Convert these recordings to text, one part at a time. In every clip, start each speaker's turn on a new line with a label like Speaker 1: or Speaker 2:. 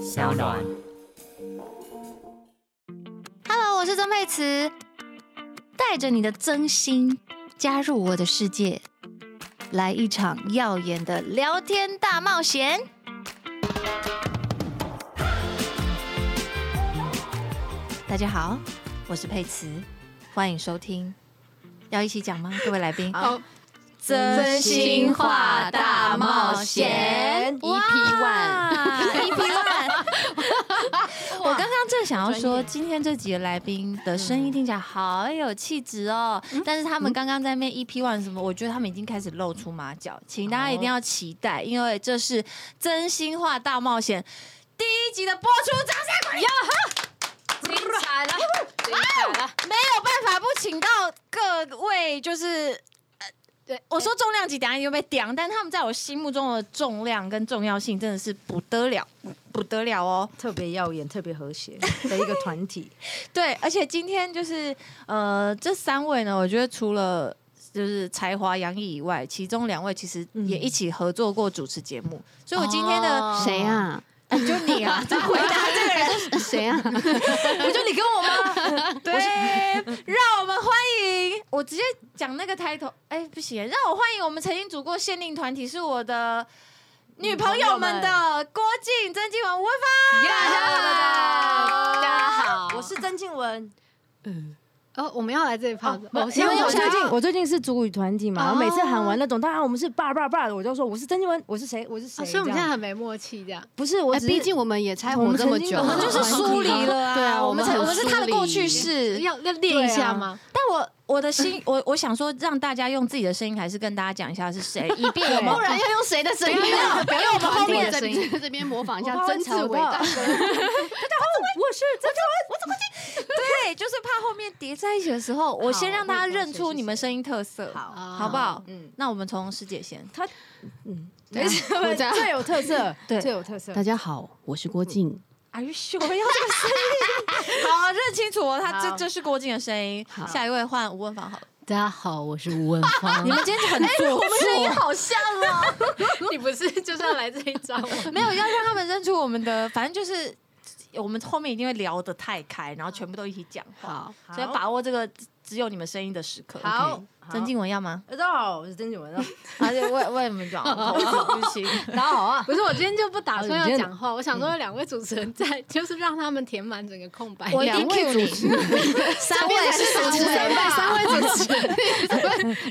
Speaker 1: 小暖。
Speaker 2: Hello，我是曾佩慈，带着你的真心加入我的世界，来一场耀眼的聊天大冒险。大家好，我是佩慈，欢迎收听。要一起讲吗？各位来宾，
Speaker 3: 好，
Speaker 2: 真
Speaker 3: 心话大冒
Speaker 2: E
Speaker 3: 险 EP
Speaker 2: EP E One。我刚刚正想要说，今天这几个来宾的声音听起来好有气质哦，但是他们刚刚在面 EP One 什么，我觉得他们已经开始露出马脚，请大家一定要期待，因为这是真心话大冒险第一集的播出，掌声鼓励！
Speaker 3: 精彩了，精彩了！
Speaker 2: 没有办法不请到各位，就是。对，我说重量级，等一下你又被屌，但他们在我心目中的重量跟重要性真的是不得了，不得了哦。
Speaker 4: 特别耀眼、特别和 谐的一个团体。
Speaker 2: 对，而且今天就是呃，这三位呢，我觉得除了就是才华洋溢以外，其中两位其实也一起合作过主持节目，所以我今天的、
Speaker 5: 谁啊？
Speaker 4: 哦
Speaker 2: 呃就你啊，这回答这个人
Speaker 5: 谁啊？
Speaker 2: 不就你跟我 吗？对，让我们欢迎我直接讲那个抬头，哎，不行，让我欢迎我们曾经组过限定团体是我的女朋友们的郭靖、曾静文、吴文芳。
Speaker 3: 大家好，
Speaker 4: 我是曾静文，
Speaker 5: 哦，我们要来这一趴的。
Speaker 4: 因
Speaker 5: 我
Speaker 4: 为我最近我最近是主语团体嘛，
Speaker 5: 哦
Speaker 4: 我每次喊完那种，当然我们是爸爸爸的，我就说我是曾静文，我是谁，我是谁，
Speaker 5: 啊所以我们
Speaker 4: 这
Speaker 5: 现在
Speaker 4: 样
Speaker 5: 很没默契，这样。
Speaker 4: 不是我
Speaker 5: 哎
Speaker 4: 只
Speaker 5: 毕
Speaker 4: 是
Speaker 5: 竟我们也拆
Speaker 4: 我
Speaker 5: 伙
Speaker 4: 们
Speaker 5: 这么
Speaker 4: 曾经
Speaker 5: 久，
Speaker 4: 我们
Speaker 2: 就是疏离了啊
Speaker 5: 对啊，
Speaker 2: 我们才我们是他的
Speaker 5: 很疏离
Speaker 2: 过去式
Speaker 5: 要要练一
Speaker 2: 啊
Speaker 5: 下吗？
Speaker 2: 但我我的心，我我想说，让大家用自己的声音，还是跟大家讲一下是 谁，以便我们
Speaker 5: 不然要用谁的声音？
Speaker 2: 不要不要
Speaker 5: 因为我们后面
Speaker 2: 团
Speaker 5: 这
Speaker 2: 体的
Speaker 5: 边这边模仿一
Speaker 4: 我
Speaker 5: 下
Speaker 4: 怕会
Speaker 5: 真挚
Speaker 4: 吵
Speaker 5: 伟
Speaker 4: 到
Speaker 5: 大。
Speaker 4: 我是曾
Speaker 2: 对，就是怕后面叠在一起的时候，我先让大家认出你们声音特色，好，
Speaker 5: 好
Speaker 2: 好不？好？
Speaker 4: 嗯
Speaker 2: 那我们从师姐先，
Speaker 5: 没事，我这样
Speaker 4: 最有特 色，
Speaker 2: 对
Speaker 4: 最有特色。
Speaker 5: 大家好，我是郭靖。
Speaker 2: Are you sure 要这个声 音？好，认清楚哦，他这
Speaker 4: 好
Speaker 2: 这是郭靖的声音。
Speaker 5: 好
Speaker 2: 下一位换吴文芳好了。
Speaker 5: 大家好，我是吴文芳。
Speaker 2: 你们今天很做作，
Speaker 3: 好像哦，
Speaker 5: 你不是就是要来这一招吗？
Speaker 2: 没有要让他们认出我们的，反正就是我们后面一定会聊得太开，然后全部都一起讲话，
Speaker 5: 好，
Speaker 2: 所以要把握这个只有你们声音的时刻。
Speaker 4: 好
Speaker 2: OK，曾静文要吗？
Speaker 4: 大家好，我是曾静 文。
Speaker 5: 啊
Speaker 2: 而且为为什么讲？不 行，
Speaker 4: 大家好啊，
Speaker 5: 不是哦我今天嗯就不打算
Speaker 4: 好你
Speaker 5: 要
Speaker 4: 今天
Speaker 5: 讲话，我想说两位主持人在，就是让他们填满整个空白。
Speaker 2: 我一
Speaker 5: 两
Speaker 2: 定 Q
Speaker 5: 位
Speaker 2: 你。三位是主持人吧？
Speaker 5: 三位主持人，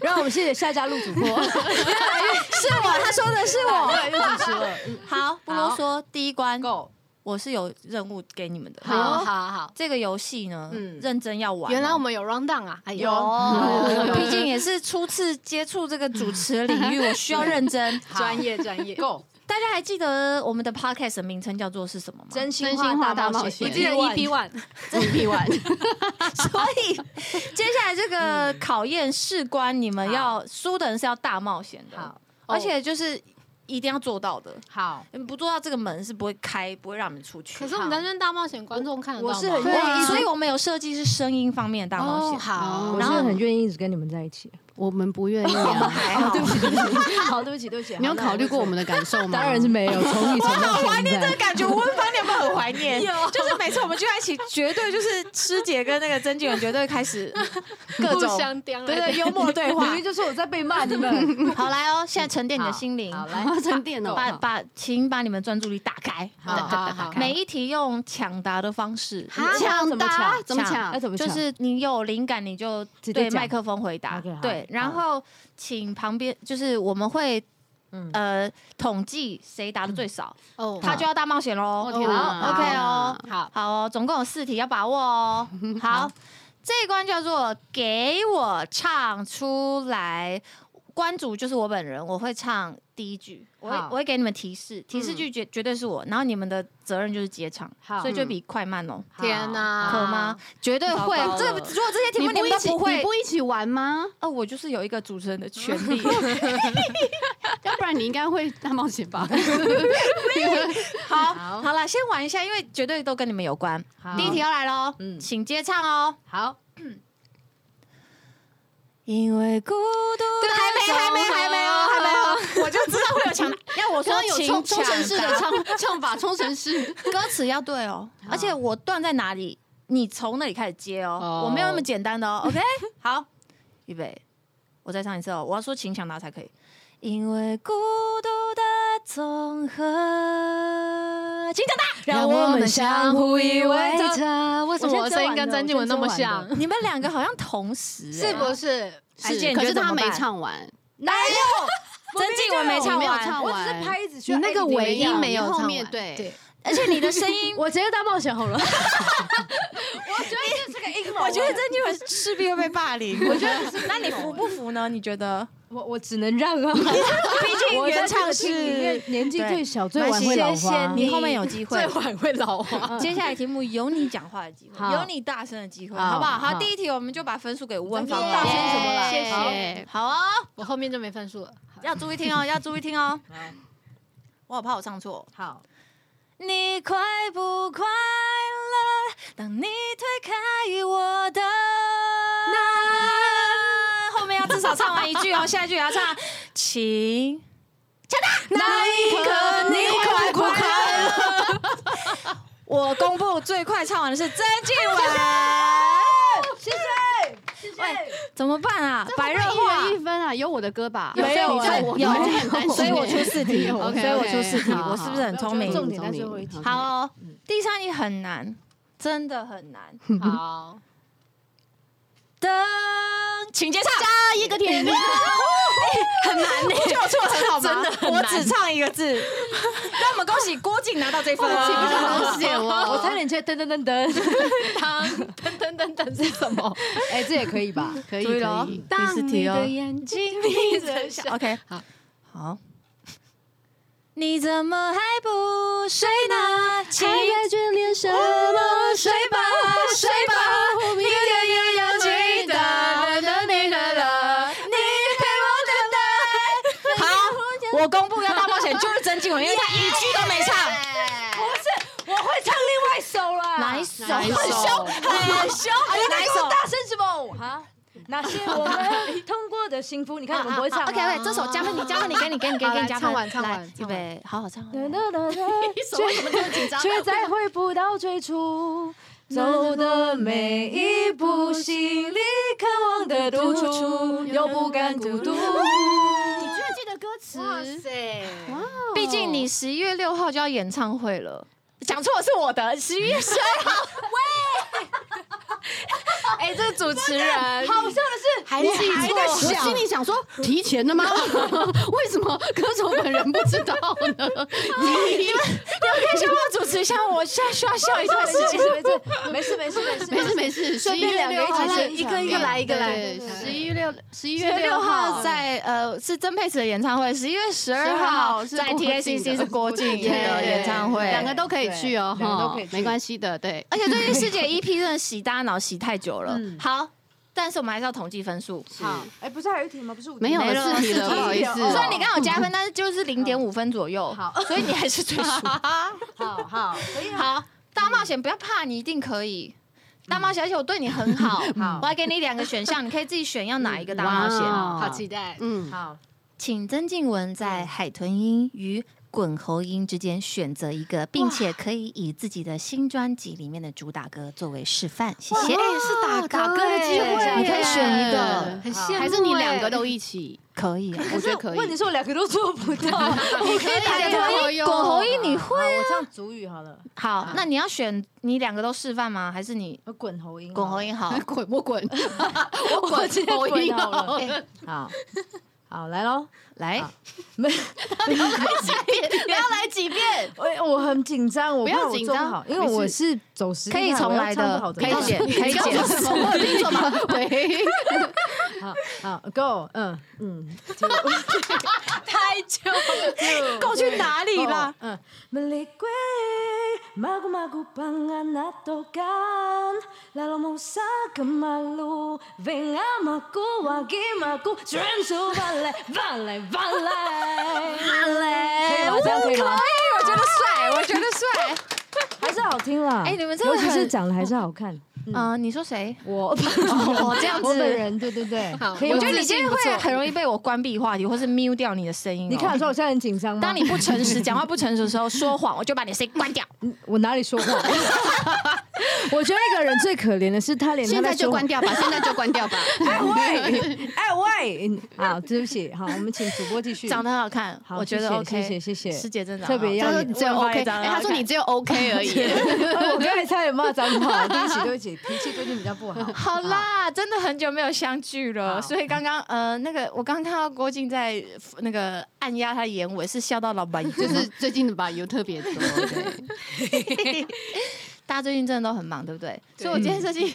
Speaker 4: 让我们谢谢下家路主播，
Speaker 2: 啊是我，他说的是我。嗯
Speaker 4: 又主持了。
Speaker 2: 好，不啰嗦，第一关
Speaker 4: Go，
Speaker 2: 我是有任务给你们的。
Speaker 5: 好好好，
Speaker 2: 这个游戏呢，
Speaker 4: 嗯
Speaker 2: 认真要玩哦。
Speaker 5: 哦原来我们有 round down 啊，哎呦
Speaker 4: 有
Speaker 2: 哦，毕竟也是初次接触这个主持领域，我需要认真。
Speaker 5: 专业专业，
Speaker 4: Go，
Speaker 2: 大家还记得我们的 podcast 的名称叫做是什么吗？E
Speaker 4: 真心
Speaker 5: 真心话
Speaker 4: 话
Speaker 5: 大
Speaker 4: 大
Speaker 5: 冒
Speaker 4: 冒
Speaker 5: 险
Speaker 4: 险。
Speaker 5: 你记得 EP
Speaker 4: one，
Speaker 5: 屁玩，
Speaker 2: 所以接下来这
Speaker 5: 嗯
Speaker 2: 个考验事关你们要输的人是要大冒险的
Speaker 4: 好，
Speaker 2: 而且就是一定要做到的。
Speaker 4: 哦好，
Speaker 2: 你们不做到这个门是不会开，不会让你们出去。
Speaker 5: 可是我们担任大冒险，观众看得到吗
Speaker 4: 我是很
Speaker 2: 对
Speaker 4: 愿意，
Speaker 2: 所以我们有设计是声音方面的大冒
Speaker 5: 哦
Speaker 2: 险。
Speaker 5: 好，
Speaker 4: 我
Speaker 2: 然
Speaker 4: 是
Speaker 2: 后
Speaker 4: 很愿意一直跟你们在一起。
Speaker 5: 我们不愿意啊。
Speaker 2: 还 好，
Speaker 4: 对不起，对不起，好，对不起，对不起。
Speaker 5: 你有
Speaker 4: 好那
Speaker 5: 考虑过我们的感受吗？
Speaker 4: 当然是没有，从以前到现在，
Speaker 2: 感觉，我问方你有没有很怀念？有，就是每次我们聚在一起，绝对就是师姐跟那个曾静文绝对开始各
Speaker 5: 互
Speaker 2: 种
Speaker 5: 相刁来
Speaker 2: 对对幽默对 话
Speaker 4: 明。明就是我在被骂你们。
Speaker 2: 好来哦，现在沉淀你的心灵，
Speaker 4: 好来，
Speaker 5: 好沉淀哦。
Speaker 2: 把把请把你们专注力打开，
Speaker 5: 好好好，
Speaker 2: 每一题用抢答的方式。
Speaker 5: 哈
Speaker 4: 抢
Speaker 5: 抢答
Speaker 4: 答
Speaker 5: 怎么
Speaker 4: 要
Speaker 5: 抢？
Speaker 4: 怎么
Speaker 2: 就
Speaker 4: 抢
Speaker 2: 是你有灵感，你就
Speaker 4: 直接
Speaker 2: 对
Speaker 4: 讲
Speaker 2: 麦克风回答。
Speaker 4: OK，好
Speaker 2: 对
Speaker 4: 好，
Speaker 2: 然后请旁边就是我们会
Speaker 4: 嗯
Speaker 2: 呃统计谁答的最少，
Speaker 5: 哦
Speaker 2: 他就要大冒险喽。
Speaker 5: 哦天哪
Speaker 2: 好，OK 哦，
Speaker 5: 好，
Speaker 2: 好哦，总共有四题要把握哦。好，这一关叫做给我唱出来。关主就是我本人，我会唱第一句，我会
Speaker 4: 好
Speaker 2: 我会给你们提
Speaker 5: 嗯
Speaker 2: 示，提示句绝绝对是我，然后你们的责任就是接唱，
Speaker 4: 好
Speaker 2: 所以就比快慢哦，
Speaker 5: 天哪，
Speaker 2: 可吗？？绝对会
Speaker 4: 糟糕，了
Speaker 2: 这如果这些题
Speaker 5: 你
Speaker 2: 目你
Speaker 5: 不
Speaker 2: 们
Speaker 5: 一
Speaker 2: 都
Speaker 5: 起，
Speaker 2: 不会
Speaker 5: 你，不一起 玩吗？
Speaker 2: 哦，我就是有一个主持人的权 利。
Speaker 5: 要不然你应该会大冒险吧？
Speaker 2: 好，
Speaker 4: 好
Speaker 2: 好了，先玩一下，因为绝对都跟你们有关。
Speaker 4: 好
Speaker 5: 嗯
Speaker 2: 第一题要来喽，
Speaker 4: 嗯
Speaker 2: 请接唱哦。
Speaker 4: 好，
Speaker 2: 因为孤独的
Speaker 3: 还没，还没，还没哦，还没哦，我就知道会有 强。要我
Speaker 2: 我
Speaker 3: 说
Speaker 2: 说有
Speaker 3: 请
Speaker 2: 冲冲绳
Speaker 3: 抢
Speaker 2: 式
Speaker 3: 答
Speaker 2: 的唱
Speaker 5: 唱法冲绳式，
Speaker 2: 歌词要对哦，而且我段在哪里，你从那里开始接哦
Speaker 5: 哦，
Speaker 2: 我没有那么简单的哦。OK，好， 预备，我再唱一次哦，我要说请抢答才可以。因为孤独的总和，请抢答。
Speaker 4: 让我们相互依
Speaker 5: 这
Speaker 4: 偎着。
Speaker 5: 为什么我的声音跟曾静文那么像？
Speaker 2: 你们两个好像同时、欸，
Speaker 3: 是不是？
Speaker 2: 师姐你
Speaker 3: 可
Speaker 2: 觉得
Speaker 3: 是
Speaker 2: 怎
Speaker 3: 他
Speaker 2: 么
Speaker 3: 没
Speaker 2: 办
Speaker 3: 唱完，
Speaker 5: 哎
Speaker 3: 哦
Speaker 4: 哪有？
Speaker 2: 曾静文没唱
Speaker 4: 我
Speaker 2: 完
Speaker 4: 有
Speaker 3: 唱
Speaker 4: 我
Speaker 3: 完
Speaker 4: 只是拍一直去，
Speaker 5: 你那个尾音没有
Speaker 3: 你
Speaker 5: 唱
Speaker 3: 后
Speaker 5: 完
Speaker 3: 面对
Speaker 5: 对，
Speaker 2: 而且你的声音
Speaker 4: 我直接大冒险好了。
Speaker 2: 我觉得曾静文势必会被霸凌。我觉 得，那你服不服呢？你觉得？
Speaker 4: 我我只能让 啊，
Speaker 2: 毕竟
Speaker 4: 我在
Speaker 2: 原
Speaker 4: 这个
Speaker 2: 唱
Speaker 4: 厅里
Speaker 2: 是
Speaker 4: 面年纪
Speaker 2: 对
Speaker 4: 最小、最晚会老
Speaker 2: 谢谢
Speaker 4: 花。
Speaker 2: 你，后面有机会嗯
Speaker 5: 最。晚会老化。
Speaker 2: 接下来题目有你讲话的机会，
Speaker 4: 好
Speaker 2: 有你大声的机会，
Speaker 4: 好
Speaker 2: 好不好？好，
Speaker 4: 好
Speaker 2: 第一题我们就把分数给问
Speaker 4: 真
Speaker 2: 方
Speaker 4: 的
Speaker 2: 了。
Speaker 4: 大声什么啦
Speaker 3: 耶
Speaker 2: 好
Speaker 3: 谢谢。
Speaker 2: 好哦，
Speaker 5: 我后面就没分数了。
Speaker 2: 要注意听 哦，要注意听哦。我好怕我唱错。
Speaker 4: 好，
Speaker 2: 你快不快乐？当你推开我的那，后面要至少唱完一句 哦，下一句也要唱，请。那一刻你快不快乐？ 我公布最快唱完的是曾静 雯，
Speaker 4: 谢谢，谢谢。
Speaker 2: 怎么办啊？白热
Speaker 3: 会不会一
Speaker 2: 化
Speaker 3: 人一分啊，有我的歌吧？
Speaker 2: 没有
Speaker 3: 你在我
Speaker 2: 有
Speaker 3: 我就很担心
Speaker 2: 所以我出
Speaker 3: 欸
Speaker 2: 四题，所
Speaker 3: OK，OK，
Speaker 2: 以我出四题，
Speaker 3: 好
Speaker 2: 我是不是很聪明？
Speaker 4: 重点在最后一题
Speaker 2: 好、哦，第三题很难，真的很难。
Speaker 5: 好，
Speaker 2: 噔，请接唱。
Speaker 3: 加一个甜蜜，
Speaker 2: 就我错很好吗？真的，我只唱一个字。那我们恭喜郭靖拿到这份
Speaker 3: 岂
Speaker 4: 哎
Speaker 3: 不是好险
Speaker 4: 我
Speaker 3: 哦？
Speaker 4: 差点接噔噔噔噔，
Speaker 5: 当等等等等是什么？
Speaker 4: 哎，这也可以 吧？
Speaker 3: 可以
Speaker 2: 注意了
Speaker 3: 可
Speaker 2: 哦
Speaker 3: 以，
Speaker 2: 第四题哦
Speaker 5: 当你的眼睛闭着笑。
Speaker 2: OK，
Speaker 5: 好，
Speaker 2: 好。你怎么还不睡呢？请
Speaker 4: 眷恋什
Speaker 2: 我睡吧，睡吧，明天也要记得。你陪我等待。好，我公布要大冒险就是曾静雯，因为她一句都没唱。
Speaker 4: 我会唱另外一首 哎啦。
Speaker 2: 哪一首？
Speaker 5: 哪一
Speaker 2: 很
Speaker 5: 首
Speaker 2: 凶，很凶。哪一首？
Speaker 4: 大声什么？哈，那些我们通过的幸福，你看我们不会 唱吗。啊
Speaker 2: OK OK，这首加分你加分你给你给你给你给你加分，
Speaker 5: 唱完唱完
Speaker 2: 来预备，好好唱。
Speaker 4: 哒哒哒哒
Speaker 3: 紧张
Speaker 4: 却再回不到最 初。走的每一步，心里渴望的独处，又不甘孤独。
Speaker 3: 你居然记得歌词，哇塞！
Speaker 2: 毕竟你十一月六号就要演唱会了。讲错是我的，十一月十二 号。
Speaker 5: 哎，这主持人
Speaker 4: 好笑的是，
Speaker 2: 哎
Speaker 3: 还记
Speaker 4: 还
Speaker 3: 错，
Speaker 4: 在
Speaker 3: 我
Speaker 4: 想
Speaker 3: 心里想说提前的吗？ 为什么歌手本人不知道呢？
Speaker 2: 你们可以先帮我主持一下，我现在需要笑一段时间。
Speaker 4: 没事没事没事
Speaker 3: 没
Speaker 4: 没事
Speaker 3: 事。没事，十
Speaker 4: 顺
Speaker 3: 一
Speaker 4: 便
Speaker 3: 月
Speaker 4: 两个
Speaker 3: 六
Speaker 4: 一
Speaker 3: 号
Speaker 4: 起
Speaker 3: 在
Speaker 4: 宣传
Speaker 5: 一个来一个来
Speaker 3: 对
Speaker 5: 对
Speaker 3: 十一六十一
Speaker 2: 十
Speaker 3: 月
Speaker 2: 月
Speaker 3: 六
Speaker 2: 六号
Speaker 3: 号
Speaker 2: 在呃是曾沛慈的演唱会，十一月十二号
Speaker 3: 是
Speaker 2: 在
Speaker 3: 郭靖
Speaker 2: TACC
Speaker 3: 的
Speaker 2: 是郭靖
Speaker 3: 对
Speaker 2: 的演唱会，
Speaker 3: 两个都可以去哦，
Speaker 4: 对两个
Speaker 3: 哈
Speaker 4: 都可以去
Speaker 3: 没关系的，对。
Speaker 2: 而且最近师 姐 EP 真的洗大脑洗太久了。
Speaker 3: 嗯
Speaker 2: 好，但是我们还是要统计分数。
Speaker 3: 好，
Speaker 4: 哎，不是还有一题吗？不是五题
Speaker 3: 没有啊
Speaker 4: 吗
Speaker 2: 没了
Speaker 3: 了四 题了，
Speaker 2: 四
Speaker 3: 不
Speaker 2: 题
Speaker 3: 好意
Speaker 4: 了
Speaker 3: 思。
Speaker 4: 哦
Speaker 2: 虽然你刚好加分，但是就是零点五分左右，
Speaker 4: 好
Speaker 2: 所以你还是最输。
Speaker 4: 好好可以啊。
Speaker 2: 好，大冒险不要怕，你一定可以。大冒险，而且我对你很好，我还给你两个选项，你可以自己选要哪一个大冒险。
Speaker 3: 哇
Speaker 5: 好期待。
Speaker 3: 嗯，
Speaker 4: 好，
Speaker 2: 请曾静雯在海豚音与滚喉音之间选择一个，并且可以以自己的新专辑里面的主打歌作为示范。谢谢。
Speaker 3: 是打
Speaker 5: 打歌的机会耶
Speaker 2: 你可以选一个
Speaker 5: 很羡慕
Speaker 3: 还是你两个都一起？
Speaker 2: 可以啊，
Speaker 3: 我觉得可以。
Speaker 4: 问题是我两个都做不 到。
Speaker 3: 你可以
Speaker 2: 海
Speaker 3: 打
Speaker 2: 豚音、滚喉音你会
Speaker 4: 啊好我唱主语好了，
Speaker 2: 好？那你要选你两个都示范吗？还是你
Speaker 4: 我滚喉音。
Speaker 2: 滚喉音好？
Speaker 3: 滚我 滚，我
Speaker 4: 我
Speaker 3: 滚
Speaker 4: 直接
Speaker 3: 头
Speaker 4: 滚
Speaker 3: 晕
Speaker 4: 好了
Speaker 3: 了。
Speaker 4: 好，好来喽。
Speaker 2: 来，
Speaker 4: 没，
Speaker 3: 不要来几遍，
Speaker 4: 哎我我很紧张，我
Speaker 3: 不要
Speaker 4: 怕我
Speaker 3: 紧
Speaker 4: 做
Speaker 3: 张
Speaker 4: 好，因为
Speaker 3: 没
Speaker 4: 我
Speaker 3: 事
Speaker 4: 是走实力
Speaker 2: 可以
Speaker 4: 派
Speaker 2: 重
Speaker 4: 我要
Speaker 2: 来
Speaker 4: 唱不
Speaker 2: 的
Speaker 4: 好，
Speaker 2: 可以
Speaker 4: 怎么办
Speaker 2: 剪，可以
Speaker 3: 你
Speaker 2: 剪
Speaker 3: 要。做什么？我听错吗？对，
Speaker 4: 好好，Go，嗯嗯，
Speaker 2: 够去哪里啦？
Speaker 4: 嗯。Melikwe magu-magu panganak tokan Lalu musa kemalu Venga maku wagi maku Sensu balai balai balai 可以
Speaker 2: 哎
Speaker 4: 吗？这样可以吗？
Speaker 2: 我觉得帅，我觉得帅。
Speaker 4: 还是好听啦，
Speaker 2: 哎你们真的
Speaker 4: 尤其是
Speaker 2: 很
Speaker 4: 长得还是好看，
Speaker 2: 嗯，你说谁？
Speaker 4: 我
Speaker 2: 哦，这样
Speaker 3: 我本
Speaker 2: 子。
Speaker 3: 人对对对，
Speaker 5: 好，
Speaker 4: 可以
Speaker 2: 我
Speaker 5: 我
Speaker 2: 觉
Speaker 5: 觉
Speaker 2: 得
Speaker 5: 得
Speaker 2: 你
Speaker 5: 你
Speaker 2: 今
Speaker 5: 今
Speaker 2: 天
Speaker 5: 天
Speaker 2: 会
Speaker 5: 会
Speaker 2: 很容易被我关闭话题，或是 mute 掉你的声音哦。
Speaker 4: 你看得出我现在很紧张吗？
Speaker 2: 当你不诚实、讲话不诚实的时候，说谎，我就把你的声音关掉。
Speaker 4: 我哪里说话？ 我觉得一个人最可怜的是他连他
Speaker 5: 现在就
Speaker 4: 说
Speaker 5: 关掉吧，现在就关掉吧。
Speaker 4: 哎喂，哎喂，嗯好，对不起，好，我们请主播继续。
Speaker 2: 长得很好看，
Speaker 4: 好
Speaker 2: 我觉得
Speaker 4: 谢谢
Speaker 2: OK。
Speaker 4: 谢谢谢谢
Speaker 2: 师姐真的
Speaker 4: 特别要
Speaker 5: 他说你只有
Speaker 2: 我
Speaker 5: OK，
Speaker 2: 也长得
Speaker 5: 哎，他说
Speaker 2: 好看
Speaker 5: 你只有 OK 而已。
Speaker 4: 哎我刚才差点骂脏话，对不起，对不起，脾气最近比较不好。
Speaker 2: 好啦，真的很久没有相聚了，
Speaker 4: 好
Speaker 2: 所以刚刚呃，那个我刚刚看到郭靖在呃那个按压他的眼尾，是笑到老 板，就
Speaker 5: 就是是最近的吧，有特别多，对，
Speaker 2: 大家最近真的都很忙，对不对？
Speaker 5: 对
Speaker 2: 所以我今天设 计，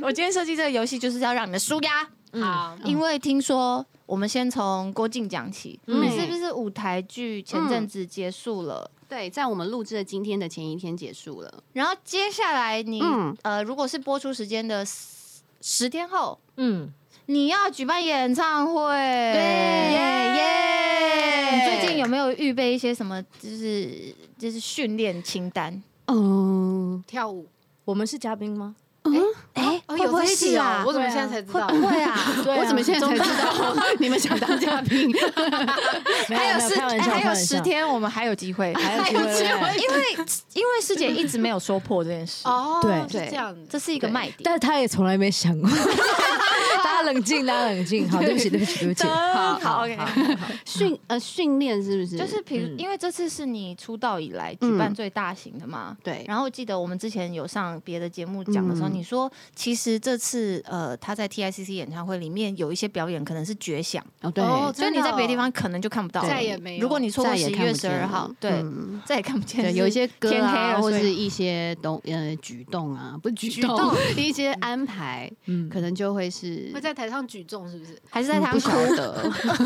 Speaker 2: 我今天设计这个游戏就是要让你们舒压，
Speaker 5: 好，
Speaker 2: 因为听说我们先从郭靖讲起，
Speaker 5: 嗯嗯
Speaker 2: 你是不是舞台剧前阵子结束了？
Speaker 5: 对，在我们录制的今天的前一天结束了。
Speaker 2: 然后接下来你、
Speaker 5: 嗯
Speaker 2: 呃，如果是播出时间的十十天后，
Speaker 4: 嗯，
Speaker 2: 你要举办演唱会，对耶你最近有没有预备一些什么，就是就是训练清单？
Speaker 5: 嗯，跳舞，
Speaker 4: 我们是嘉宾吗？
Speaker 2: 哎、
Speaker 5: 哦，
Speaker 2: 会
Speaker 5: 有
Speaker 2: 不会
Speaker 5: 这一
Speaker 2: 是
Speaker 5: 集
Speaker 2: 啊
Speaker 5: 哦，？我怎么
Speaker 4: 对啊
Speaker 5: 现在才知
Speaker 2: 会
Speaker 5: 道？
Speaker 2: 不会啊？
Speaker 4: 对啊
Speaker 5: 我怎么现在才知道 你们想当嘉宾？
Speaker 4: 没
Speaker 2: 还有
Speaker 4: 没
Speaker 2: 十，哎还
Speaker 4: 开玩笑开
Speaker 2: 有
Speaker 4: 玩
Speaker 2: 十
Speaker 4: 笑
Speaker 2: 天，我们还有机会。
Speaker 4: 还有机会。
Speaker 2: 因为因为师姐一直没有说破这件事，
Speaker 5: 哦
Speaker 4: 对
Speaker 5: 是这样
Speaker 2: 这
Speaker 5: 子。
Speaker 2: 是一个
Speaker 5: 对
Speaker 2: 卖点。
Speaker 4: 但是他也从来没想过。大家冷静，大家冷静。好，对不起，对不起，对不起。
Speaker 2: 好
Speaker 4: 哦好
Speaker 2: OK，
Speaker 5: 训 呃训练是不是？
Speaker 2: 就是比如
Speaker 4: 嗯
Speaker 2: 因为这次是你出道以来举办
Speaker 5: 嗯
Speaker 2: 最大型的嘛，
Speaker 5: 对，
Speaker 2: 然后记得我们之前有上别的节目讲的时候，
Speaker 5: 嗯
Speaker 2: 你说其实这次呃他在 TICC 演唱会里面有一些表演可能是绝响，
Speaker 5: 哦对，哦
Speaker 2: 所以你在别的地方可可能就看不到了，
Speaker 5: 再也没有
Speaker 2: 如果你错过
Speaker 5: 再
Speaker 2: 十
Speaker 5: 也
Speaker 2: 一
Speaker 5: 看
Speaker 2: 月
Speaker 5: 不
Speaker 2: 十
Speaker 5: 见
Speaker 2: 二
Speaker 5: 了
Speaker 2: 号，对，
Speaker 5: 嗯
Speaker 2: 再也看不见了。
Speaker 5: 对，有一些歌
Speaker 2: 天黑了
Speaker 5: 啊，或
Speaker 2: 所以
Speaker 5: 是一些东呃举动啊，不是举动， 一些安排，
Speaker 4: 嗯，
Speaker 5: 可能就会是嗯
Speaker 1: 会在台上举重，是不是？
Speaker 2: 还是在台
Speaker 5: 不
Speaker 2: 上
Speaker 5: 晓
Speaker 2: 哭，
Speaker 5: 得，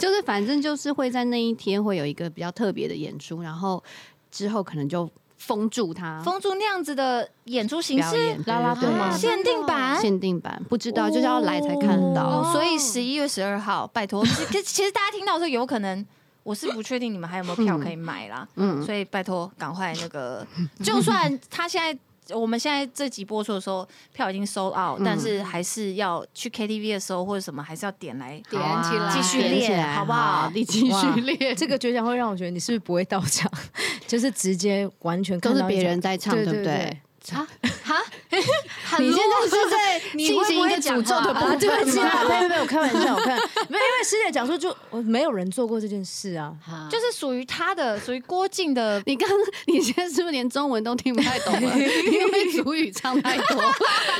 Speaker 5: 就是反正就是会在那一天会有一个比较特别的演出，然后之后可能就封住它，
Speaker 2: 封住那样子的演出形
Speaker 5: 表
Speaker 2: 式
Speaker 5: 演，啦啦队
Speaker 4: 对
Speaker 2: 啊
Speaker 5: 吗？
Speaker 2: 限定版。
Speaker 5: 限定版不知道，就是要来才看
Speaker 2: 哦
Speaker 5: 到。
Speaker 2: 所以十一月十二号，拜托，其其其实大家听到的时候，有可能我是不确定你们还有没有票可以买啦，
Speaker 5: 嗯，
Speaker 2: 所以拜托，赶快那个，就算他现在我们现在这集播出的时候票已经 sold out，、
Speaker 5: 嗯
Speaker 2: 但是还是要去 KTV 的时候或者什么，还是要点来。
Speaker 1: 点
Speaker 5: 好啊
Speaker 1: 起来
Speaker 2: 继续练
Speaker 5: 点起来啊
Speaker 2: 好不好
Speaker 5: 你继
Speaker 4: 哇
Speaker 5: 续练，
Speaker 4: 这个绝响会让我觉得你是不是不会到场，就是直接完全看
Speaker 5: 都是
Speaker 4: 到一
Speaker 5: 别
Speaker 4: 种
Speaker 5: 人在唱，
Speaker 4: 对
Speaker 5: 不
Speaker 4: 对
Speaker 5: 对？
Speaker 2: 你
Speaker 5: 你
Speaker 2: 现
Speaker 5: 现
Speaker 2: 在
Speaker 5: 在是在 进行一个诅咒的部
Speaker 4: 啊，
Speaker 5: 分，
Speaker 4: 对不起啦，没有没有，开玩笑，我看没有，因为师姐讲说就我没有人做过这件事啊，
Speaker 2: 就
Speaker 5: 就是。
Speaker 2: 属于他的，属于郭靖的
Speaker 5: 你刚你现在是不是连中文都听不太 懂了？因为主语唱太多，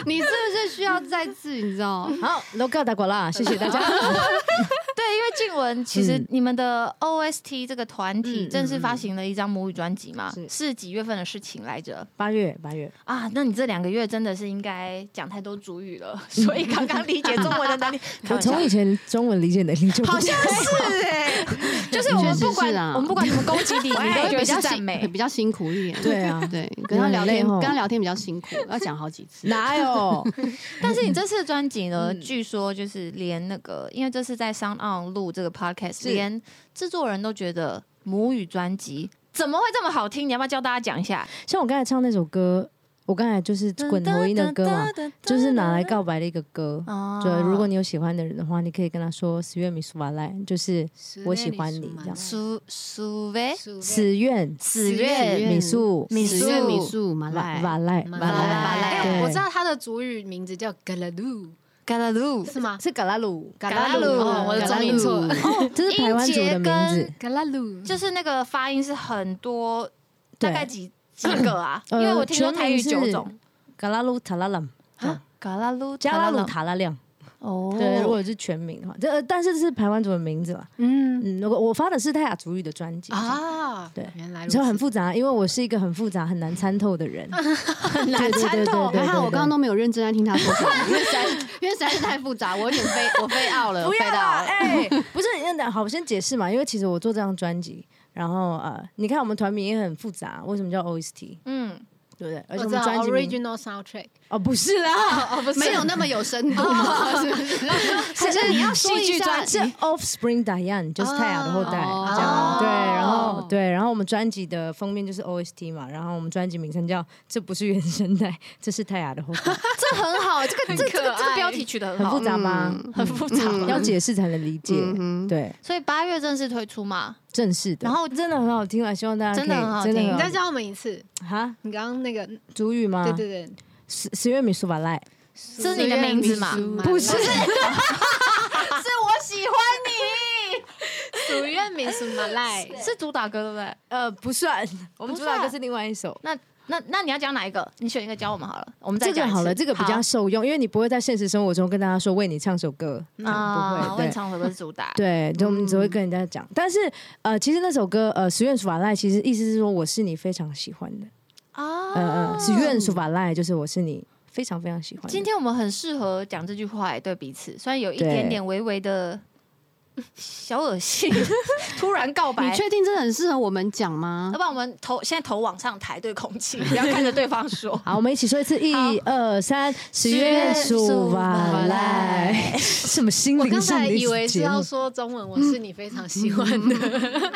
Speaker 5: 你是不是需要再次？你知 道？
Speaker 4: 好，logo 打过啦，谢谢大家。
Speaker 2: 对，因为静雯其实
Speaker 4: 嗯
Speaker 2: 你们的 OST 这个团体
Speaker 4: 嗯
Speaker 2: 正式发行了一张母语专辑嘛，
Speaker 4: 是
Speaker 2: 是几月份的事情来着？
Speaker 4: 八月，八月，
Speaker 2: 啊，那你这两个月真的是应该讲太多主语了， 所以刚刚理解中文的能力，开
Speaker 4: 我
Speaker 2: 玩笑
Speaker 4: 从以前中文理解能力就 不
Speaker 2: 好像是哎、就是我们不
Speaker 5: 确实是
Speaker 2: 管
Speaker 5: 啊
Speaker 2: 我们不管怎么攻击 你，你都觉
Speaker 5: 比
Speaker 2: 得
Speaker 5: 较
Speaker 2: 是赞
Speaker 5: 辛
Speaker 2: 美。
Speaker 5: 比较辛苦一点。
Speaker 4: 对啊
Speaker 5: 对，跟他
Speaker 4: 很
Speaker 5: 聊
Speaker 4: 累
Speaker 5: 天，
Speaker 4: 吼
Speaker 5: 跟他聊天比较辛苦，要讲好几 次。
Speaker 4: 哪有？
Speaker 2: 但是你这次的专辑
Speaker 4: 嗯
Speaker 2: 呢，据说就是连那个，因为这次在 Sound On 录这个 podcast，
Speaker 4: 是
Speaker 2: 连制作人都觉得母语专辑怎么会这么好听？你要不要教大家讲一下？
Speaker 4: 像我刚才唱那首歌，我刚才就是 滚头音的歌嘛，，啊就是拿来告白的一个歌。
Speaker 2: 哦
Speaker 4: 对，如果你有喜欢的人的话，你可以跟他说“十月米苏瓦赖”，就是我喜欢你这样
Speaker 2: 苏苏维
Speaker 4: 死愿
Speaker 2: 死月
Speaker 4: 米苏
Speaker 2: 米
Speaker 5: 十月
Speaker 2: 宿
Speaker 5: 米宿马
Speaker 4: 瓦
Speaker 5: 来，
Speaker 4: 瓦赖瓦
Speaker 1: 马
Speaker 2: 马
Speaker 4: 赖，
Speaker 2: 来
Speaker 1: 来，哎
Speaker 4: 对
Speaker 1: 我知道他的主语名字叫 g a l a d u
Speaker 2: 嘎啦噜，
Speaker 1: 是吗？
Speaker 4: 是嘎拉鲁，
Speaker 1: 嘎
Speaker 2: 啦噜
Speaker 1: 哦我的中音错了。
Speaker 4: 这是台湾族的名
Speaker 2: 音节
Speaker 4: 字。
Speaker 1: g a l a d u
Speaker 2: 就是那个发音是很多，
Speaker 4: 对
Speaker 2: 大概几几个啊？因
Speaker 4: 呃
Speaker 2: 为我听说台语
Speaker 4: 全
Speaker 2: 九
Speaker 4: 名是啊
Speaker 2: 种。啊
Speaker 4: 嘎拉鲁塔拉朗，
Speaker 2: 嘎啦噜，
Speaker 4: 加拉鲁塔拉亮。
Speaker 2: 哦，
Speaker 4: 对，如果是全名的话，这呃但是是台湾族的名字嘛。
Speaker 1: 嗯
Speaker 4: 嗯，我我发的是泰雅族语的专辑，
Speaker 1: 啊，
Speaker 4: 对
Speaker 1: 原来如
Speaker 4: 就很
Speaker 1: 此。
Speaker 4: 复杂，因为我是一个很复杂、很难参透的 人。
Speaker 2: 很难参透
Speaker 4: 对对对对
Speaker 5: 还好我刚刚都没有认真在听他说什么，因为实在是因为实在是太复杂，我有点飞我飞 out 了，我
Speaker 4: 不
Speaker 5: 飞
Speaker 4: 要
Speaker 5: 到
Speaker 2: 啊
Speaker 4: 啦，
Speaker 5: 了。
Speaker 4: 哎、不是，那好，我先解释嘛，因为其实我做这张专辑，然后呃，你看我们团名也很复杂，为什么叫 OST，
Speaker 2: 嗯，
Speaker 4: 对不对？而
Speaker 1: 我
Speaker 4: 且
Speaker 1: 知
Speaker 4: 我
Speaker 1: 道
Speaker 4: 们专辑名
Speaker 1: original soundtrack，
Speaker 4: 哦，不是啦，
Speaker 5: 没有那么有深度嘛，是不是？
Speaker 4: 还是你要
Speaker 5: 说一下
Speaker 4: 是 Offspring Diane，就是泰雅的后代，
Speaker 5: 哦
Speaker 4: 这样、对，然后
Speaker 3: 哦
Speaker 4: 对，然后我们专辑的封面就是 OST 嘛，然后我们专辑名称叫《这不是原声带，这是泰雅的后代》，
Speaker 1: 这很好，这个这个这个这个标题取得
Speaker 4: 很
Speaker 1: 很好
Speaker 4: 复，杂吗？
Speaker 2: 嗯
Speaker 1: 很复杂。
Speaker 4: 要解释才能理解。
Speaker 5: 嗯哼
Speaker 4: 对，
Speaker 2: 所以八月正式推出嘛，
Speaker 4: 正式的。
Speaker 2: 然后
Speaker 4: 真的很好听啊，希望大家
Speaker 2: 真的很好
Speaker 4: 可以
Speaker 2: 听
Speaker 1: 你
Speaker 4: 真的
Speaker 1: 再
Speaker 4: 很
Speaker 1: 教我们一次，
Speaker 4: 好哈，
Speaker 1: 你刚刚那个，
Speaker 4: 主语吗？
Speaker 1: 对对对，
Speaker 4: 十十月米苏瓦赖，
Speaker 2: 这是你的名字嘛？
Speaker 1: 不是，是我喜欢 你。属愿民俗马来，
Speaker 2: 是主打歌对不对？
Speaker 4: 呃，不算，我们主打歌是另外一首。
Speaker 2: 那那那你要讲哪一个？你选一个教我们好了，我们再
Speaker 4: 这个
Speaker 2: 讲一次
Speaker 4: 好了，这个比较受用，因为你不会在现实生活中跟大家说为你唱首歌，
Speaker 2: 好啊，
Speaker 4: 不会
Speaker 2: 问
Speaker 4: 对。
Speaker 2: 常回不是主打，
Speaker 4: 对，就我们只会跟人家讲，但是呃，其实那首歌呃，十愿数法赖，其实意思是说我是你非常喜欢的，
Speaker 2: 啊，
Speaker 4: 呃呃，十愿数法赖就是我是你非常非常喜欢的。
Speaker 2: 今天我们很适合讲这句话哎，对彼此，虽然有一
Speaker 4: 对
Speaker 2: 点点微微的小恶心，突然告白
Speaker 5: 你。确定这很适合我们讲吗
Speaker 2: 要？不
Speaker 4: 呃
Speaker 2: 然我们头现在头往上抬，对空气，不要看着对方说
Speaker 4: 。好，我们一起说一次，一二三，十
Speaker 2: 愿
Speaker 4: 月
Speaker 2: 数
Speaker 4: 数
Speaker 2: 法
Speaker 4: 瓦
Speaker 2: 赖
Speaker 4: 赖， 什么心
Speaker 1: 我
Speaker 4: 灵
Speaker 1: 刚
Speaker 4: 上
Speaker 1: 才
Speaker 4: 的
Speaker 1: 以为是
Speaker 4: 节目
Speaker 1: 要说中文，我是你非常喜欢的。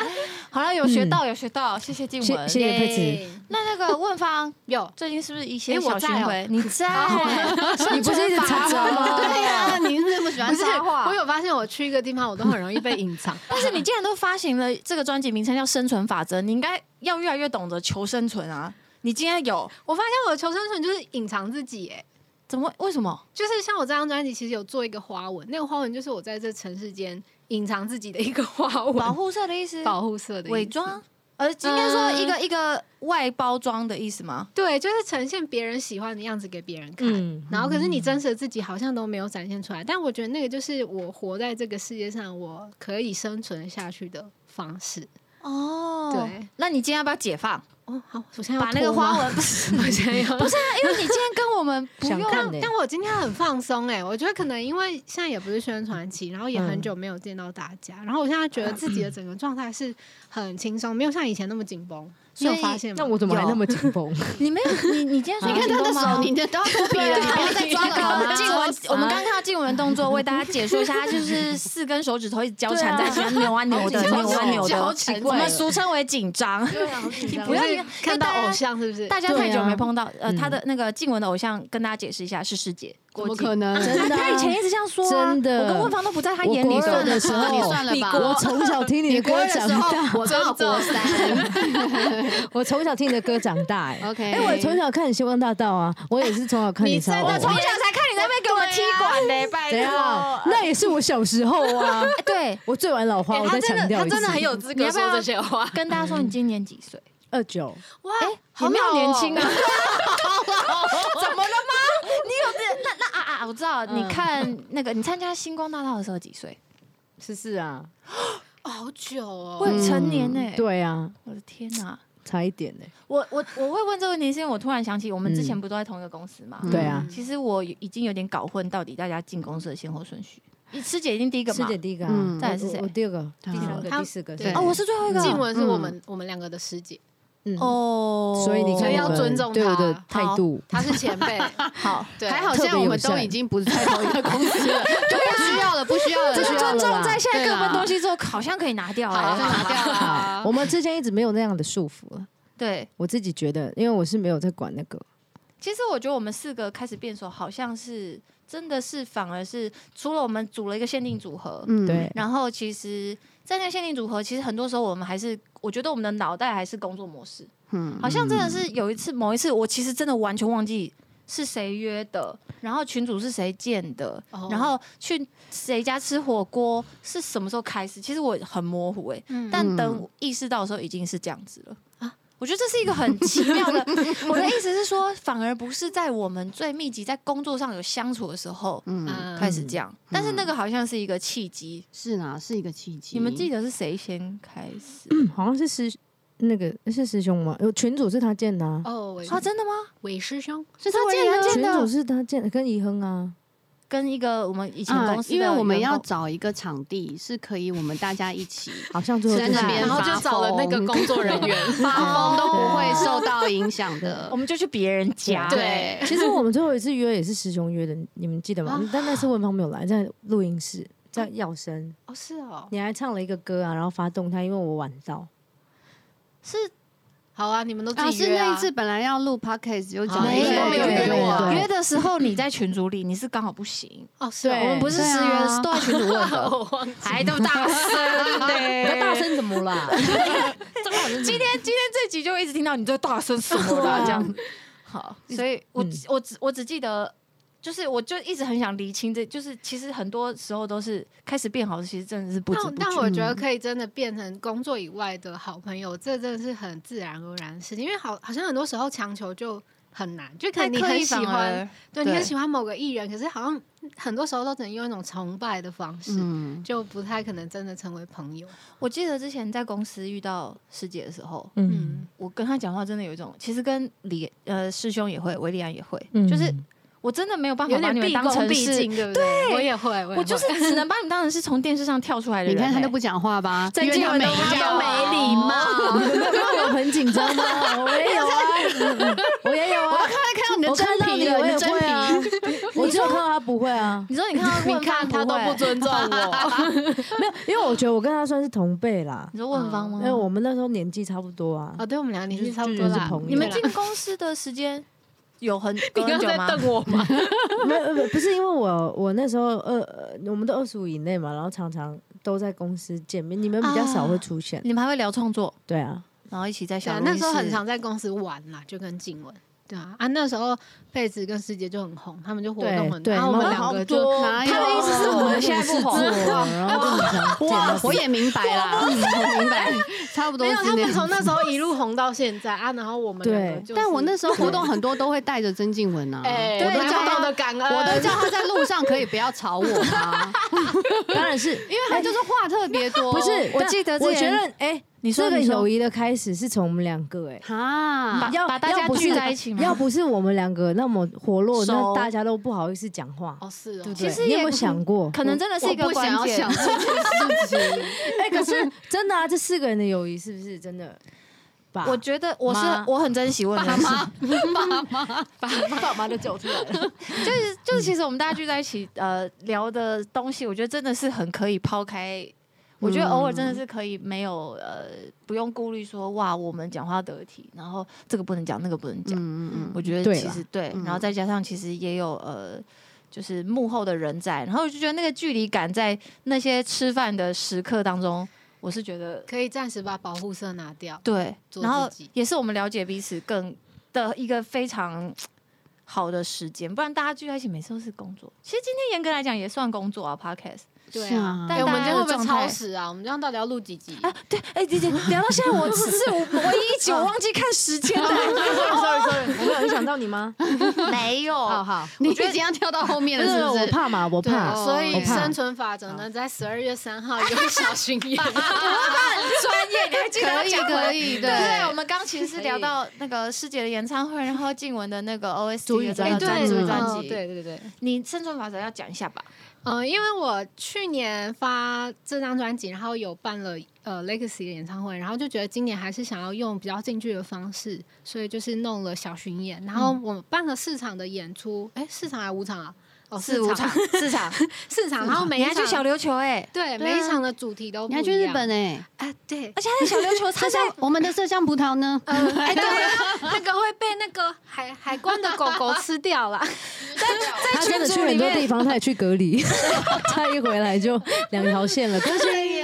Speaker 2: 好了，有学到，有学到，谢谢静
Speaker 4: 谢
Speaker 2: 文。
Speaker 4: 谢谢佩慈，
Speaker 1: 耶
Speaker 2: 那那个问方
Speaker 1: 有，
Speaker 2: 最近是不是一些
Speaker 1: 哎
Speaker 2: 小
Speaker 1: 我在
Speaker 2: 巡
Speaker 1: 哦
Speaker 2: 回？你在？
Speaker 4: 你不是一直插话吗？
Speaker 1: 对呀，你是那么喜欢
Speaker 4: 不是
Speaker 1: 插话。我有发现，我去一个地方，我都很容易被隐藏。
Speaker 2: 但是你既然都发行了这个专辑，名称叫《生存法则》，你应该要越来越懂得求生存啊！你今天有
Speaker 1: 我发现我的求生存就是隐藏自己，哎，
Speaker 2: 怎么为什么？
Speaker 1: 就是像我这张专辑，其实有做一个花纹，那个花纹就是我在这尘世间隐藏自己的一个花纹，
Speaker 2: 保护色的意思？
Speaker 1: 保护色的意思
Speaker 2: 伪装？呃，应该说
Speaker 1: 嗯
Speaker 2: 一个一个外包装的意思吗？
Speaker 1: 对，就是呈现别人喜欢的样子给别人看。
Speaker 4: 嗯，
Speaker 1: 然后，可是你真实的自己好像都没有展现出来，但我觉得那个就是我活在这个世界上，我可以生存下去的方式。
Speaker 2: 哦
Speaker 1: 对，
Speaker 2: 那你今天要不要解放？
Speaker 1: 哦，好，我现在要
Speaker 2: 把那个
Speaker 1: 脱吗
Speaker 2: 花，纹不是
Speaker 1: 我现在要
Speaker 2: 不是啊？因为你今天跟我 们不
Speaker 4: 想
Speaker 2: 用
Speaker 4: 看呢
Speaker 1: 但我今天很放松哎、我觉得可能因为现在也不是宣传期，然后也很久没有见到大家，然后我现在觉得自己的整个状态是很轻松，没有像以前那么紧绷。你有
Speaker 2: 所以
Speaker 1: 发现吗？
Speaker 4: 那我怎么还那么紧绷？
Speaker 2: 你没有你啊你今天说
Speaker 5: 你看
Speaker 2: 成
Speaker 5: 他
Speaker 2: 功
Speaker 5: 的
Speaker 2: 吗
Speaker 5: 手，你的都要脱皮
Speaker 2: 对
Speaker 5: 了，
Speaker 2: 了，
Speaker 5: 你
Speaker 2: 你不
Speaker 5: 不
Speaker 2: 要再
Speaker 5: 要再
Speaker 2: 抓了
Speaker 5: 抓
Speaker 2: 好
Speaker 5: 了好
Speaker 2: 吗？
Speaker 5: 吗？
Speaker 2: 静文，我们刚看到静文的动作，为大家解说一下，他 就是四根手指头一直交缠在一起，扭啊扭的，扭啊扭的，我们俗称为紧张。啊
Speaker 1: 对啊，好紧张
Speaker 2: 不要
Speaker 1: 就是
Speaker 2: 因为
Speaker 1: 看到
Speaker 2: 大家
Speaker 1: 偶像是不是？
Speaker 2: 大家太久没碰到，呃，
Speaker 4: 嗯
Speaker 2: 他的那个静文的偶像，跟大家解释一下是师姐，
Speaker 5: 怎么可能？
Speaker 4: 真的 啊
Speaker 2: 他以前一直这样说啊，
Speaker 4: 真的
Speaker 2: 我跟问芳都不在他
Speaker 4: 我
Speaker 2: 眼里
Speaker 4: 国
Speaker 2: 说
Speaker 4: 二的时候，
Speaker 5: 你算了吧
Speaker 4: 我从小听你的歌长大，
Speaker 5: 我刚好国三
Speaker 4: 我从小听你的歌长大， 哎。
Speaker 5: ，OK。
Speaker 4: 哎，我也从小看你《星光大道》啊，我也是从小看
Speaker 1: 你
Speaker 4: 超
Speaker 1: 在
Speaker 4: 偶
Speaker 1: 那
Speaker 2: 我从
Speaker 1: 从
Speaker 2: 小才看你在那边给我踢馆嘞，拜
Speaker 4: 怎样？
Speaker 2: 托。
Speaker 4: 那也是我小时候啊，
Speaker 2: 对，
Speaker 4: 我最晚老花，我再强调一次，
Speaker 1: 有资
Speaker 2: 格说这
Speaker 1: 些话。
Speaker 2: 跟大家说你今年几 岁？
Speaker 4: 二九，
Speaker 1: 哇，
Speaker 2: 你
Speaker 1: 好
Speaker 2: 没有
Speaker 1: 老
Speaker 2: 年
Speaker 1: 哦
Speaker 2: 轻啊？哦 怎么了吗？你有这那那啊啊！我知道，你看那个你参加星光大道的时候几岁？
Speaker 4: 十四啊，
Speaker 1: 哦好久
Speaker 2: 我
Speaker 1: 哦。
Speaker 2: 也成年呢。
Speaker 4: 对啊，
Speaker 2: 我的天哪！
Speaker 4: 差一点呢，
Speaker 2: 我我我会问这个问题，是因为我突然想起，我们之前不都在同一个公司吗？
Speaker 4: 对啊，
Speaker 2: 其实我已经有点搞混，到底大家进公司的先后顺序。嗯师姐一定第一个
Speaker 4: 师
Speaker 2: 嘛
Speaker 4: 姐？第一个啊，
Speaker 5: 嗯
Speaker 2: 再来是
Speaker 4: 我
Speaker 2: 谁
Speaker 4: 我第二个，第
Speaker 5: 第
Speaker 4: 三
Speaker 5: 三
Speaker 4: 个，
Speaker 1: 他
Speaker 4: 第四个，
Speaker 1: 对
Speaker 2: 哦，我是最后一个。
Speaker 1: 静文是我们我们两个的师姐，
Speaker 4: 嗯
Speaker 2: 哦，
Speaker 4: 所以你看
Speaker 1: 所以要
Speaker 4: 我们
Speaker 1: 尊重
Speaker 4: 对我
Speaker 1: 他
Speaker 4: 的态
Speaker 2: 好
Speaker 4: 度，
Speaker 1: 她是前辈，
Speaker 2: 好。
Speaker 1: 对，
Speaker 5: 还好现在我们都已经不是在同一个公司了，就不需要了，不需要了，
Speaker 2: 这个
Speaker 5: 不需要
Speaker 2: 尊
Speaker 5: 了
Speaker 2: 重
Speaker 5: 啦
Speaker 2: 在现在
Speaker 5: 对
Speaker 2: 各
Speaker 5: 啦
Speaker 2: 奔东西之后，好像可以拿掉
Speaker 1: 好，就
Speaker 2: 哎。
Speaker 1: 拿掉
Speaker 4: 好，
Speaker 1: 了。
Speaker 4: 我们之间一直没有那样的束缚了。
Speaker 2: 对，
Speaker 4: 我自己觉得，因为我是没有在管那个，
Speaker 2: 其实我觉得我们四个开始变熟，好像是真的是反而是除了我们组了一个限定组合，
Speaker 5: 嗯，
Speaker 4: 对，
Speaker 2: 然后其实，在那个限定组合，其实很多时候我们还是，我觉得我们的脑袋还是工作模式，
Speaker 5: 嗯，
Speaker 2: 好像真的是有一次某一次，我其实真的完全忘记。是谁约的？然后群主是谁建的？
Speaker 1: 嗯哦
Speaker 2: 然后去谁家吃火锅是什么时候开始？其实我很模糊哎、
Speaker 1: 嗯
Speaker 2: 但等意识到的时候，已经是这样子了。我觉得这是一个很奇妙的。我的意思是说，反而不是在我们最密集在工作上有相处的时候
Speaker 4: 啊
Speaker 5: 嗯，
Speaker 1: 嗯
Speaker 2: 开始这样，但是那个好像是一个契机。
Speaker 5: 是啊，是一个契机。
Speaker 2: 你们记得是谁先开始？
Speaker 4: 好像是师那个是师兄吗？有群主是他建的、啊，
Speaker 1: 哦，韦
Speaker 2: 啊，真的吗？
Speaker 1: 韦师兄，
Speaker 5: 是
Speaker 2: 他建哦的
Speaker 4: 群主是他建的，跟怡亨啊，
Speaker 2: 跟一个我们以前
Speaker 5: 啊
Speaker 2: 公，司的
Speaker 5: 因为我们
Speaker 2: 员
Speaker 5: 要
Speaker 2: 工
Speaker 5: 找一个场地是可以我们大家一起
Speaker 4: 好像最后
Speaker 5: 在
Speaker 4: 就是
Speaker 5: 那边
Speaker 1: 然后就
Speaker 5: 发
Speaker 1: 找了那个
Speaker 5: 疯哦啊
Speaker 1: 工作人员，
Speaker 5: 发疯都不会受到影响的
Speaker 2: 我。们就去别人家，
Speaker 1: 对，
Speaker 4: 其实我们最后一次约也是师兄约的，你们记得
Speaker 5: 啊
Speaker 4: 吗？但那次文芳没有来，在录音室，在药声，
Speaker 1: 哦是哦，
Speaker 4: 你还唱了一个歌啊，然后发动态，因为我晚到。
Speaker 2: 是
Speaker 1: 好啊，你们都自
Speaker 5: 啊，
Speaker 1: 己
Speaker 5: 是
Speaker 1: 约
Speaker 5: 那
Speaker 1: 啊。
Speaker 5: 一次本来要录 podcast 有讲
Speaker 1: 啊
Speaker 5: 一
Speaker 1: 没有没
Speaker 5: 个
Speaker 1: 有
Speaker 5: 对
Speaker 1: 约
Speaker 5: 对
Speaker 1: 我啊
Speaker 5: 对
Speaker 2: 约的时候你在群组里，你是刚好不行。
Speaker 1: 哦，是哦
Speaker 2: 我们不是
Speaker 5: 对
Speaker 2: 十
Speaker 5: 啊
Speaker 2: 元，是都在群组问的。
Speaker 1: 我忘记
Speaker 2: 还那么大 声
Speaker 5: 哎
Speaker 4: 你的
Speaker 2: 呢
Speaker 4: 大声怎么啦？
Speaker 2: 今天今天这集就一直听到你在大声什么 啦，这样。好，所以我
Speaker 4: 嗯
Speaker 2: 我只我只记得，就是我就一直很想厘清这，就是其实很多时候都是开始变好，其实真的是不嗯知
Speaker 1: 但
Speaker 2: 不
Speaker 1: 但
Speaker 2: 觉。
Speaker 1: 我觉得可以真的变成工作以外的好朋友，这真的是很自然而然的事情。因为好好像很多时候强求就很难，就可能你很喜欢，，对你
Speaker 2: 对
Speaker 1: 很喜欢某个艺人，可是好像很多时候都只能用一种崇拜的方式，
Speaker 5: 嗯，
Speaker 1: 就不太可能真的成为朋友。
Speaker 2: 我记得之前在公司遇到师姐的时候，
Speaker 4: 嗯
Speaker 1: 嗯，
Speaker 2: 我跟她讲话真的有一种，其实跟李呃师兄也会，维利安也会，
Speaker 4: 嗯，
Speaker 2: 就是我真的没有办法
Speaker 1: 有
Speaker 2: 把
Speaker 1: 点
Speaker 2: 你们
Speaker 1: 毕
Speaker 2: 当
Speaker 1: 恭
Speaker 2: 成
Speaker 1: 毕
Speaker 2: 是，
Speaker 1: 敬，对不对？我也会，也会
Speaker 2: 我就是只能把你当成是从电视上跳出来的
Speaker 5: 你
Speaker 2: 人欸。
Speaker 5: 看他都不讲话吧，
Speaker 2: 真
Speaker 5: 因为
Speaker 2: 的
Speaker 5: 他没
Speaker 2: 都
Speaker 5: 讲
Speaker 2: 没
Speaker 5: 话
Speaker 2: 礼貌。
Speaker 4: 你们没有让我很紧张吗？我也有啊，嗯嗯我也有啊，
Speaker 5: 看你的
Speaker 4: 我
Speaker 5: 真
Speaker 4: 看到
Speaker 5: 皮
Speaker 4: 你
Speaker 5: 了，
Speaker 4: 我
Speaker 5: 你
Speaker 4: 也
Speaker 5: 的真
Speaker 4: 会
Speaker 5: 皮，
Speaker 4: 啊，我只有看到他不会啊，
Speaker 2: 你说你看 到问饭
Speaker 1: 看他都
Speaker 2: 不
Speaker 1: 不
Speaker 2: 会，
Speaker 1: 尊重我，
Speaker 4: 没有，因为我觉得我跟他算是同辈啦，
Speaker 2: 你说问方吗
Speaker 5: 嗯
Speaker 4: 因？为我们那时候年纪差不多啊。
Speaker 1: 哦，对我们两个年纪
Speaker 4: 就
Speaker 1: 差不
Speaker 4: 就
Speaker 1: 多
Speaker 4: 是
Speaker 1: 啦
Speaker 4: 朋友，
Speaker 2: 你们进
Speaker 1: 对啦
Speaker 2: 公司的时间有 很隔
Speaker 1: 你
Speaker 2: 很
Speaker 1: 刚
Speaker 2: 久
Speaker 1: 刚在
Speaker 2: 吗？
Speaker 1: 瞪我吗？
Speaker 4: 没有，呃不是因为我我那时候二、呃，我们都二十五以内嘛，然后常常都在公司见面，你们比较少会出现，
Speaker 2: 你们还会聊创作，
Speaker 4: 对啊，
Speaker 2: 然后一起在
Speaker 1: 对
Speaker 2: 小
Speaker 1: 啊，
Speaker 2: 录
Speaker 1: 那
Speaker 2: 音
Speaker 1: 时候很
Speaker 2: 室
Speaker 1: 常在公司玩啦，就跟静雯。对啊，啊那时候佩子跟师姐就很红，他们就活动很多，
Speaker 4: 对对
Speaker 1: 然后我
Speaker 4: 你
Speaker 1: 们
Speaker 4: 们
Speaker 1: 两个就啊
Speaker 5: 多哪有
Speaker 2: 他的意思是我们现在不红
Speaker 4: 我们是制作然后就很常见
Speaker 5: 哇
Speaker 4: 到，
Speaker 5: 我也明白啦，嗯我明白，差不多
Speaker 1: 没
Speaker 5: 是
Speaker 1: 有，他
Speaker 5: 那
Speaker 1: 们从
Speaker 5: 样。
Speaker 1: 那时候一路红到现在啊，然后我们两个
Speaker 4: 对
Speaker 1: 就是，
Speaker 5: 但我那时候 活动很多都会带着曾静文啊，
Speaker 1: 哎，
Speaker 5: 我
Speaker 1: 我
Speaker 5: 都
Speaker 1: 都
Speaker 5: 叫
Speaker 1: 交到的
Speaker 5: 他，
Speaker 1: 感恩，
Speaker 5: 我都叫他在路上可以不要吵我啊吗？
Speaker 4: 当然是
Speaker 5: 因为他就是话特别多，
Speaker 4: 不是？
Speaker 2: 我
Speaker 4: 但
Speaker 2: 记得之
Speaker 4: 我觉
Speaker 2: 前
Speaker 4: 得哎、
Speaker 2: 你说
Speaker 4: 这个
Speaker 2: 你说
Speaker 4: 友谊的开始是从我们两个哎、
Speaker 5: 哈
Speaker 2: 把，
Speaker 4: 要
Speaker 2: 把大家
Speaker 4: 要不是
Speaker 2: 聚在一起吗
Speaker 4: 要不是我们两个那么活络，
Speaker 2: 熟
Speaker 4: 那大家都不好意思讲话，
Speaker 1: 哦是
Speaker 4: 对
Speaker 1: 哦
Speaker 4: 不，对？
Speaker 2: 其实
Speaker 4: 你
Speaker 2: 也
Speaker 4: 有没有
Speaker 2: 可
Speaker 4: 想过？
Speaker 2: 可能真的是一个
Speaker 5: 我不
Speaker 2: 关
Speaker 5: 想要
Speaker 2: 键
Speaker 5: 想。这件事情。
Speaker 4: 哎、可是真的啊，这四个人的友谊是不是真的？吧，
Speaker 2: 我觉得我是
Speaker 5: 妈
Speaker 2: 我很珍惜 我的人生，
Speaker 4: 爸妈都走出来 了，
Speaker 2: 就是就是其实我们大家聚在一起呃聊的东西，我觉得真的是很可以抛开。我觉得偶尔真的是可以没有呃，不用顾虑说哇，我们讲话得体，然后这个不能讲，那个不能讲。
Speaker 5: 嗯嗯
Speaker 2: 我觉得
Speaker 4: 对
Speaker 2: 其
Speaker 4: 啦
Speaker 2: 实对，
Speaker 5: 嗯
Speaker 2: 然后再加上其实也有呃，就是幕后的人在，然后我就觉得那个距离感在那些吃饭的时刻当中，我是觉得
Speaker 1: 可以暂时把保护色拿掉，
Speaker 2: 对，
Speaker 1: 做
Speaker 2: 然后
Speaker 1: 自己
Speaker 2: 也是我们了解彼此更的一个非常好的时间，不然大家聚在一起每次都是工作。其实今天严格来讲也算工作啊，podcast。
Speaker 1: 对
Speaker 5: 是啊
Speaker 1: 哎
Speaker 2: 但
Speaker 1: 我们
Speaker 2: 大
Speaker 1: 这
Speaker 2: 家的
Speaker 1: 样会不会
Speaker 2: 状态
Speaker 1: 超时啊？我们这样到底要录几集？
Speaker 2: 啊，对，哎、姐姐聊到现在我只是我唯一一集我忘 记看时间了，
Speaker 4: 哦我没有影响到你吗？
Speaker 2: 没有。
Speaker 5: 好好，你已经要跳到后面
Speaker 4: 不
Speaker 5: 了，
Speaker 4: 是，
Speaker 5: 是不
Speaker 4: 我
Speaker 5: 是？
Speaker 4: 怕嘛，我
Speaker 1: 对啊，
Speaker 4: 怕，
Speaker 1: 所
Speaker 4: 我
Speaker 1: 以
Speaker 4: 怕
Speaker 1: 生存法则呢，在十二月三号有小巡演，
Speaker 2: 专业，你还记得要
Speaker 5: 可以
Speaker 2: 讲吗
Speaker 5: 可以，
Speaker 2: 对对，我
Speaker 5: 对，
Speaker 2: 们刚其实是聊到那个师姐的演唱会，然后静雯的 那个 OST
Speaker 4: 主语
Speaker 2: 的
Speaker 4: 专
Speaker 2: 那个专
Speaker 5: 辑嗯
Speaker 2: 主语
Speaker 5: 嗯
Speaker 2: 专
Speaker 1: 哦
Speaker 2: 辑，，
Speaker 1: 对对对。
Speaker 2: 你生存法则要讲一下吧。
Speaker 1: 呃，因为我去年发这张专辑，然后有办了呃 Legacy 的演唱会，然后就觉得今年还是想要用比较近距离的方式，所以就是弄了小巡演，然后我办了四场的演出，哎、四场还是五场啊？哦，
Speaker 2: 四
Speaker 1: 四
Speaker 2: 五场，四场，
Speaker 1: 四场，然后每
Speaker 2: 你
Speaker 1: 一
Speaker 2: 还去
Speaker 1: 场
Speaker 2: 啊小琉球哎，
Speaker 1: 对
Speaker 2: 对
Speaker 1: 每一
Speaker 2: 啊
Speaker 1: 场的主题都不
Speaker 5: 你
Speaker 1: 一样
Speaker 5: 还去日本哎？
Speaker 1: 啊？对，
Speaker 2: 而且他在小琉球， 他在
Speaker 5: 麝香，我们的麝香葡萄呢？
Speaker 1: 哎对啊，那个会被那个海海关的狗狗吃掉啦。
Speaker 4: 他真的去很多地方，他也去 隔离， 他一回来就两条线了，恭喜你！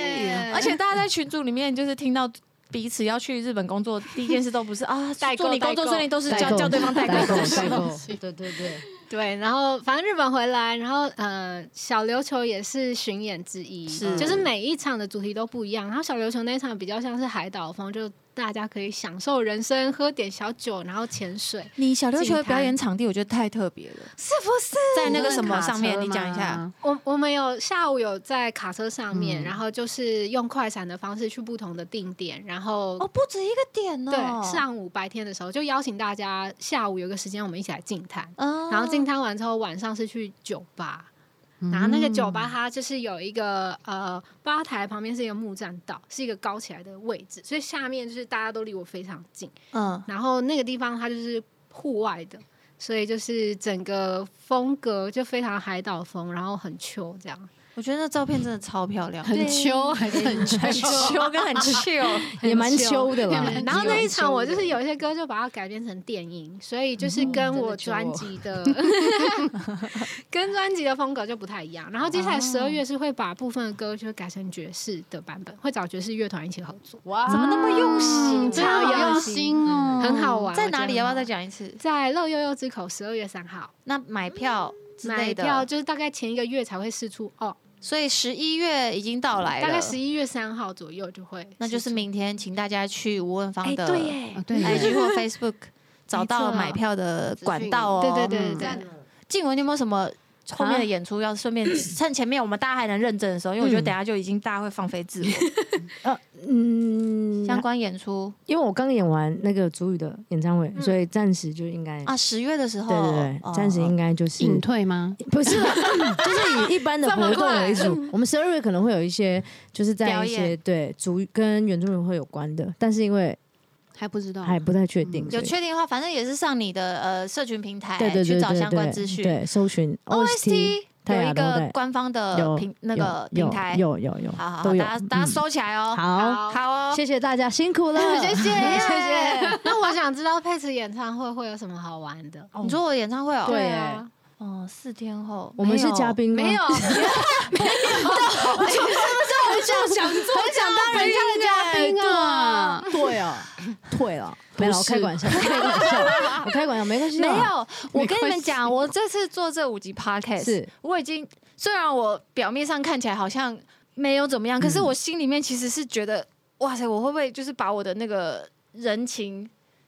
Speaker 2: 而且大家在群组里面就是听到。彼此要去日本工作，第一件事都不是 啊，
Speaker 1: 代购
Speaker 2: 祝你工作
Speaker 1: 代购
Speaker 2: 顺利，都是叫
Speaker 4: 购
Speaker 2: 叫对方代
Speaker 4: 代
Speaker 2: 购
Speaker 4: 购，
Speaker 2: 就是
Speaker 4: 代购，对对 对，
Speaker 1: 对，然后反正日本回来，然后呃，小琉球也是巡演之一，
Speaker 2: 是
Speaker 1: 就是每一场的主题都不一样。然后小琉球那一场比较像是海岛风，就大家可以享受人生，喝点小酒，然后潜水，
Speaker 2: 你小琉球的表演场地，我觉得太特别了，
Speaker 1: 是不是？
Speaker 2: 在那个什么上面，你讲一下。
Speaker 1: 我我们有下午有在卡车上面，
Speaker 5: 嗯
Speaker 1: 然后就是用快闪的方式去不同的定点，然后
Speaker 2: 哦，不止一个点呢，
Speaker 1: 对，
Speaker 2: 啊
Speaker 1: 上午白天的时候就邀请大家，下午有个时间我们一起来进滩，
Speaker 2: 嗯
Speaker 1: 然后进滩完之后晚上是去酒吧，然后那个酒吧它就是有一个呃吧台旁边是一个木栈道，是一个高起来的位置，所以下面就是大家都离我非常近，
Speaker 2: 嗯，
Speaker 1: 然后那个地方它就是户外的。所以就是整个风格就非常海岛风，然后很 chill 这样。
Speaker 2: 我觉得那照片真的超漂亮，
Speaker 5: 很秋还是很秋，
Speaker 2: 很秋跟 很 chill，
Speaker 5: 也蛮秋的
Speaker 1: 对啊
Speaker 5: 啦。
Speaker 1: 然后那一场我就是有一些歌就把它改编成电影，所以
Speaker 2: 嗯
Speaker 1: 就是跟我专辑 的、跟专辑的风格就不太一样。然后接下来十二
Speaker 2: 哦
Speaker 1: 月是会把部分的歌就改成爵士的版本，会找爵士乐团一起合作，
Speaker 4: 哇，
Speaker 2: 怎么那么用心？啊
Speaker 1: 真的好用心
Speaker 5: 哦
Speaker 1: 很好玩。
Speaker 2: 在哪里？啊要不要再
Speaker 1: 在
Speaker 2: 讲一次？
Speaker 1: 在乐悠悠之口十二月三号
Speaker 2: 那买
Speaker 4: 嗯
Speaker 2: 票之
Speaker 1: 买
Speaker 2: 类的，
Speaker 1: 票，就是大概前一个月才会试出哦，
Speaker 2: 所以十一月已经到来了，
Speaker 1: 大概十一月三号左右就会释出，
Speaker 2: 那就是明天，请大家去吴文芳
Speaker 1: 哎
Speaker 2: 的
Speaker 1: 对耶，
Speaker 5: 哦对耶
Speaker 2: IG 或 Facebook 找到买票的管道哦。
Speaker 1: 对对对对
Speaker 5: 嗯
Speaker 1: 对。
Speaker 2: 静文，你有没有什么后
Speaker 4: 啊
Speaker 2: 面的演出要 顺便趁前面我们大家还能认真的时候，因为我觉得等一下就已经大家会放飞 自我
Speaker 4: 呃嗯
Speaker 2: 相关演出
Speaker 4: 因为我刚演完那个主语的演唱会，所以暂时就应该
Speaker 2: 嗯啊，十月的时
Speaker 4: 对
Speaker 2: 候，
Speaker 4: 对
Speaker 2: 哦
Speaker 4: 对，暂时应该就是
Speaker 5: 隐退吗？
Speaker 4: 不 是啦，就是以一般的活动为主。我们十二月可能会有一些，就是在
Speaker 2: 嗯表
Speaker 4: 一
Speaker 2: 演
Speaker 4: 些对主跟原住民会有关的，但是因为
Speaker 5: 还不知道，
Speaker 4: 还不太确定，
Speaker 2: 嗯有
Speaker 4: 所以
Speaker 2: 确定的话，反正也是上你的呃社群平台
Speaker 4: 对对
Speaker 2: 去
Speaker 4: 对
Speaker 2: 找
Speaker 4: 对
Speaker 2: 相关资
Speaker 4: 对，
Speaker 2: 讯。哦
Speaker 4: 对搜寻
Speaker 2: OST
Speaker 4: 泰
Speaker 2: 有
Speaker 4: 雅
Speaker 2: 一
Speaker 4: 都
Speaker 2: 个
Speaker 4: 对
Speaker 2: 官方的
Speaker 4: 有
Speaker 2: 呃平那个
Speaker 4: 有
Speaker 2: 平台，
Speaker 4: 有有有，
Speaker 2: 好好好，
Speaker 4: 都有
Speaker 2: 大家大家
Speaker 4: 嗯
Speaker 2: 收起来哦。
Speaker 4: 好，
Speaker 2: 好哦，
Speaker 4: 谢谢大家 辛苦了，
Speaker 1: 谢 谢，
Speaker 2: 谢
Speaker 1: 谢。那我想知道佩慈演唱会会有什么好玩的？
Speaker 2: 你说我演唱会哦，
Speaker 4: 对
Speaker 1: 啊，
Speaker 2: 哦，四天后
Speaker 4: 我们是啊嘉，宾吗？
Speaker 1: 没有，
Speaker 5: 很想当人家的嘉宾啊！
Speaker 4: 对哦，退了，没有，我开玩笑，我开玩笑，我开玩笑，没关系
Speaker 2: 没
Speaker 4: 啦，
Speaker 2: 有。我
Speaker 4: 没
Speaker 2: 跟你们
Speaker 4: 关系
Speaker 2: 讲，我这次做这五集 podcast，
Speaker 4: 是
Speaker 2: 我已经虽然我表面上看起来好像没有怎
Speaker 4: 嗯
Speaker 2: 么样，可是我心里面其实是觉得，哇塞，我会不会就是把我的那个人情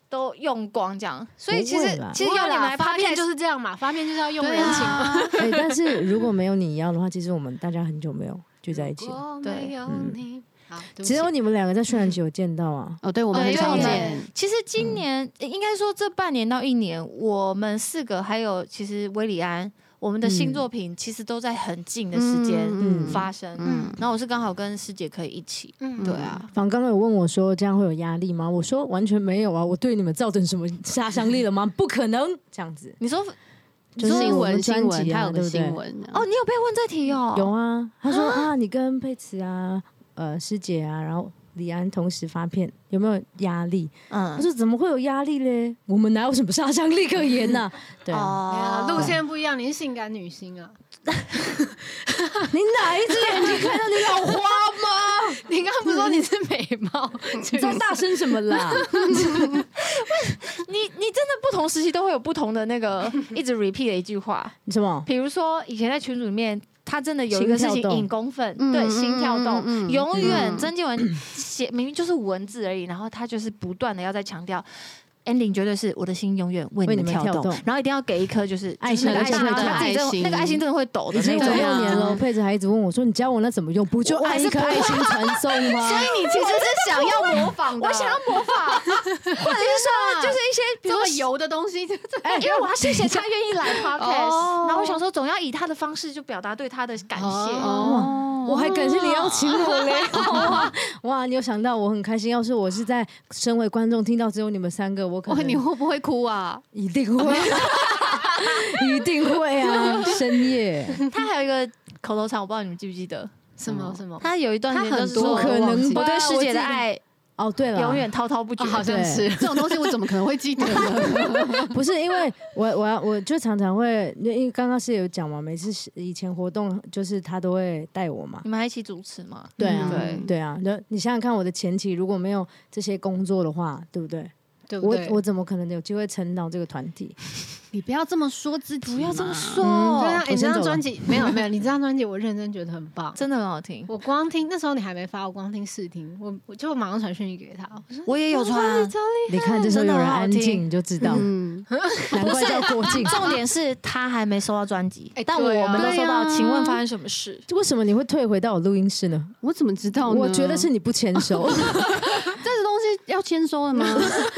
Speaker 2: 都用光这样？所以其
Speaker 4: 不
Speaker 2: 实
Speaker 4: 会啦
Speaker 2: 其实要你们来
Speaker 4: 啊
Speaker 1: 发片
Speaker 2: podcast
Speaker 1: 就是这样嘛，发片就是要用
Speaker 2: 对
Speaker 1: 人情。
Speaker 2: 啊
Speaker 4: 哎，但是如果没有你一样的话，其实我们大家很久没有聚在一起了，
Speaker 1: 我
Speaker 2: 对
Speaker 1: 没有你，好，对不起
Speaker 4: 只有你们两个在渲染期有见到啊。
Speaker 5: 哦，对，我们
Speaker 2: 哦
Speaker 5: 很
Speaker 2: 对
Speaker 5: 少
Speaker 2: 我们
Speaker 5: 见，
Speaker 2: 其实今年、呃应该说这半年到一年，我们四个还有其实威里安，我们的新
Speaker 4: 嗯
Speaker 2: 作品其实都在很近的时间
Speaker 5: 嗯
Speaker 4: 嗯
Speaker 2: 发生。
Speaker 5: 嗯
Speaker 2: 然后我是刚好跟师姐可以一起，
Speaker 1: 嗯
Speaker 2: 对啊，
Speaker 4: 反刚刚有问我说这样会有压力吗？我说完全没有啊，我对你们造成什么杀伤力了吗？不可能这样子。
Speaker 2: 你说哦
Speaker 4: 就
Speaker 5: 就是是新
Speaker 4: 我们
Speaker 5: 闻
Speaker 4: 专辑
Speaker 5: 新闻，
Speaker 4: 啊
Speaker 5: 他有个
Speaker 4: 对不对
Speaker 5: 新闻啊
Speaker 2: 哦，，你有被问这题哦？
Speaker 4: 有啊，他说啊，你跟佩慈啊，呃，师姐啊，然后李安同时发片，有没有压力？我
Speaker 2: 嗯，
Speaker 4: 说怎么会有压力嘞？我们哪有什么杀伤力可言呐、对啊，
Speaker 1: 对啊
Speaker 2: 哦，
Speaker 1: 路线不一样，你是性感女星啊！
Speaker 4: 你哪一只眼睛看到你老花吗？
Speaker 1: 你刚刚不是说你是美貌？
Speaker 4: 你在大声什么啦？
Speaker 2: 你你真的不同时期都会有不同的那个一直 repeat 的一句话，
Speaker 4: 什么？
Speaker 2: 比如说以前在群组里面，他真的有一个事
Speaker 4: 心
Speaker 2: 情
Speaker 4: 跳动
Speaker 2: 引公愤，
Speaker 5: 嗯
Speaker 2: 对
Speaker 5: 嗯
Speaker 2: 心跳动，
Speaker 5: 嗯嗯嗯
Speaker 2: 永远
Speaker 5: 嗯
Speaker 2: 曾静文写明明就是文字而已，然后他就是不断的要在强调。ending 绝对是我的心永远为
Speaker 4: 为
Speaker 2: 你们
Speaker 4: 你
Speaker 2: 跳
Speaker 4: 们
Speaker 2: 动，
Speaker 4: 跳动
Speaker 2: 然后一定要给一颗就是
Speaker 4: 爱心
Speaker 2: 就是那个
Speaker 4: 而且会
Speaker 2: 然后
Speaker 4: 动
Speaker 2: 他自己真
Speaker 5: 爱
Speaker 2: 的
Speaker 5: 心
Speaker 2: 那个爱心真的会抖的
Speaker 4: 已经
Speaker 2: 那
Speaker 4: 五
Speaker 2: 种。
Speaker 5: 对啊
Speaker 4: 六年了，佩慈还一直问我说：“你教我那怎么用？不就按一颗爱心传送吗？”
Speaker 2: 所以你其实是想要模仿的，我想要模仿，或者是说就是一些比
Speaker 1: 这
Speaker 2: 如说
Speaker 1: 么油的东西，
Speaker 2: 因为我要谢谢他愿意来 podcast，
Speaker 5: 哦
Speaker 2: 然后我想说总要以他的方式就表达对他的感谢。
Speaker 5: 哦，
Speaker 4: 我还感谢你邀请我嘞！哇哇，你有想到我很开心。要是我是在身为观众听到只有你们三个，我可
Speaker 1: 哇，你
Speaker 4: 能
Speaker 1: 会不会哭啊？
Speaker 4: 一定 会，一定会啊！深夜
Speaker 2: 他还有一个口头禅，我不知道你们记不记得，
Speaker 1: 什么什么？
Speaker 2: 哦他有一段时间
Speaker 1: 他很
Speaker 2: 都是
Speaker 1: 多
Speaker 2: 说
Speaker 1: 可
Speaker 2: 我忘
Speaker 4: 能
Speaker 2: 记
Speaker 4: 吧
Speaker 2: 我对师
Speaker 4: 我
Speaker 2: 姐
Speaker 4: 记
Speaker 2: 的
Speaker 4: 得
Speaker 2: 爱
Speaker 4: 哦，对了，
Speaker 2: 永远滔滔不绝
Speaker 1: 哦，。好像是
Speaker 5: 这种东西我怎么可能会记得 呢？
Speaker 4: 不是因为我我要我就常常会，因为刚刚是有讲嘛，每次以前活动就是他都会带我嘛。
Speaker 2: 你们还一起主持吗？
Speaker 4: 对啊，
Speaker 2: 嗯
Speaker 4: 对啊，那你想想看，我的前期如果没有这些工作的话，对不对？哦
Speaker 1: 对不
Speaker 4: 我
Speaker 1: 对？
Speaker 4: 我怎么可能有机会撑到这个团体？
Speaker 5: 你不要这么说自己，
Speaker 2: 不要这么说，
Speaker 4: 嗯
Speaker 1: 对啊，
Speaker 4: 我
Speaker 1: 你这
Speaker 4: 先
Speaker 1: 张
Speaker 4: 走
Speaker 1: 专
Speaker 4: 了
Speaker 1: 辑没有没有，你这张专辑我认真觉得很棒。
Speaker 2: 哎真的很好听。
Speaker 1: 我光听那时候你还没发，我光听试听，我我就马上传讯息给他，我说
Speaker 2: 我也有
Speaker 1: 哇
Speaker 2: 穿啊
Speaker 1: 你，超厉
Speaker 4: 你看，这时候
Speaker 2: 真的
Speaker 4: 有人
Speaker 2: 很好
Speaker 4: 安
Speaker 2: 听
Speaker 4: 静，你就知道，
Speaker 5: 嗯，
Speaker 4: 难怪叫郭靖。
Speaker 2: 重点是他还没收到专辑
Speaker 1: 哎，
Speaker 2: 但我
Speaker 1: 对啊
Speaker 2: 们都收到。
Speaker 5: 对啊
Speaker 2: 请问发生什么事？
Speaker 4: 为什么你会退回到我录音室呢？
Speaker 5: 我怎么知
Speaker 2: 哦
Speaker 5: 道呢？
Speaker 4: 我觉得是你不签 收，
Speaker 5: 这个东西要签收的 吗？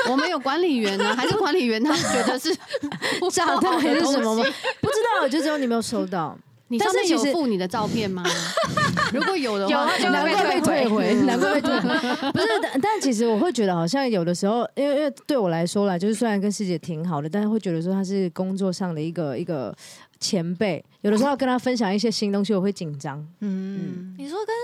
Speaker 5: 我们有管理员呢、啊还是管理员他觉得是
Speaker 4: 炸
Speaker 5: 到
Speaker 4: 弹还是什么吗？不知道，就只有你没有收到，
Speaker 5: 你
Speaker 4: 但
Speaker 5: 上
Speaker 4: 是
Speaker 5: 面有
Speaker 4: 其实
Speaker 5: 附你的照片吗？如果有的
Speaker 2: 有
Speaker 5: 话
Speaker 2: 他，就会
Speaker 4: 难
Speaker 2: 被
Speaker 4: 怪被退
Speaker 2: 退
Speaker 4: 回，难怪被退回。不是，但但其实我会觉得好像有的时候，因为因为对我来说啦，就是虽然跟师姐挺好的，但是会觉得说她是工作上的一个一个前辈，有的时候要跟他分享一些新东西，我会紧张。
Speaker 1: 嗯，
Speaker 2: 你说跟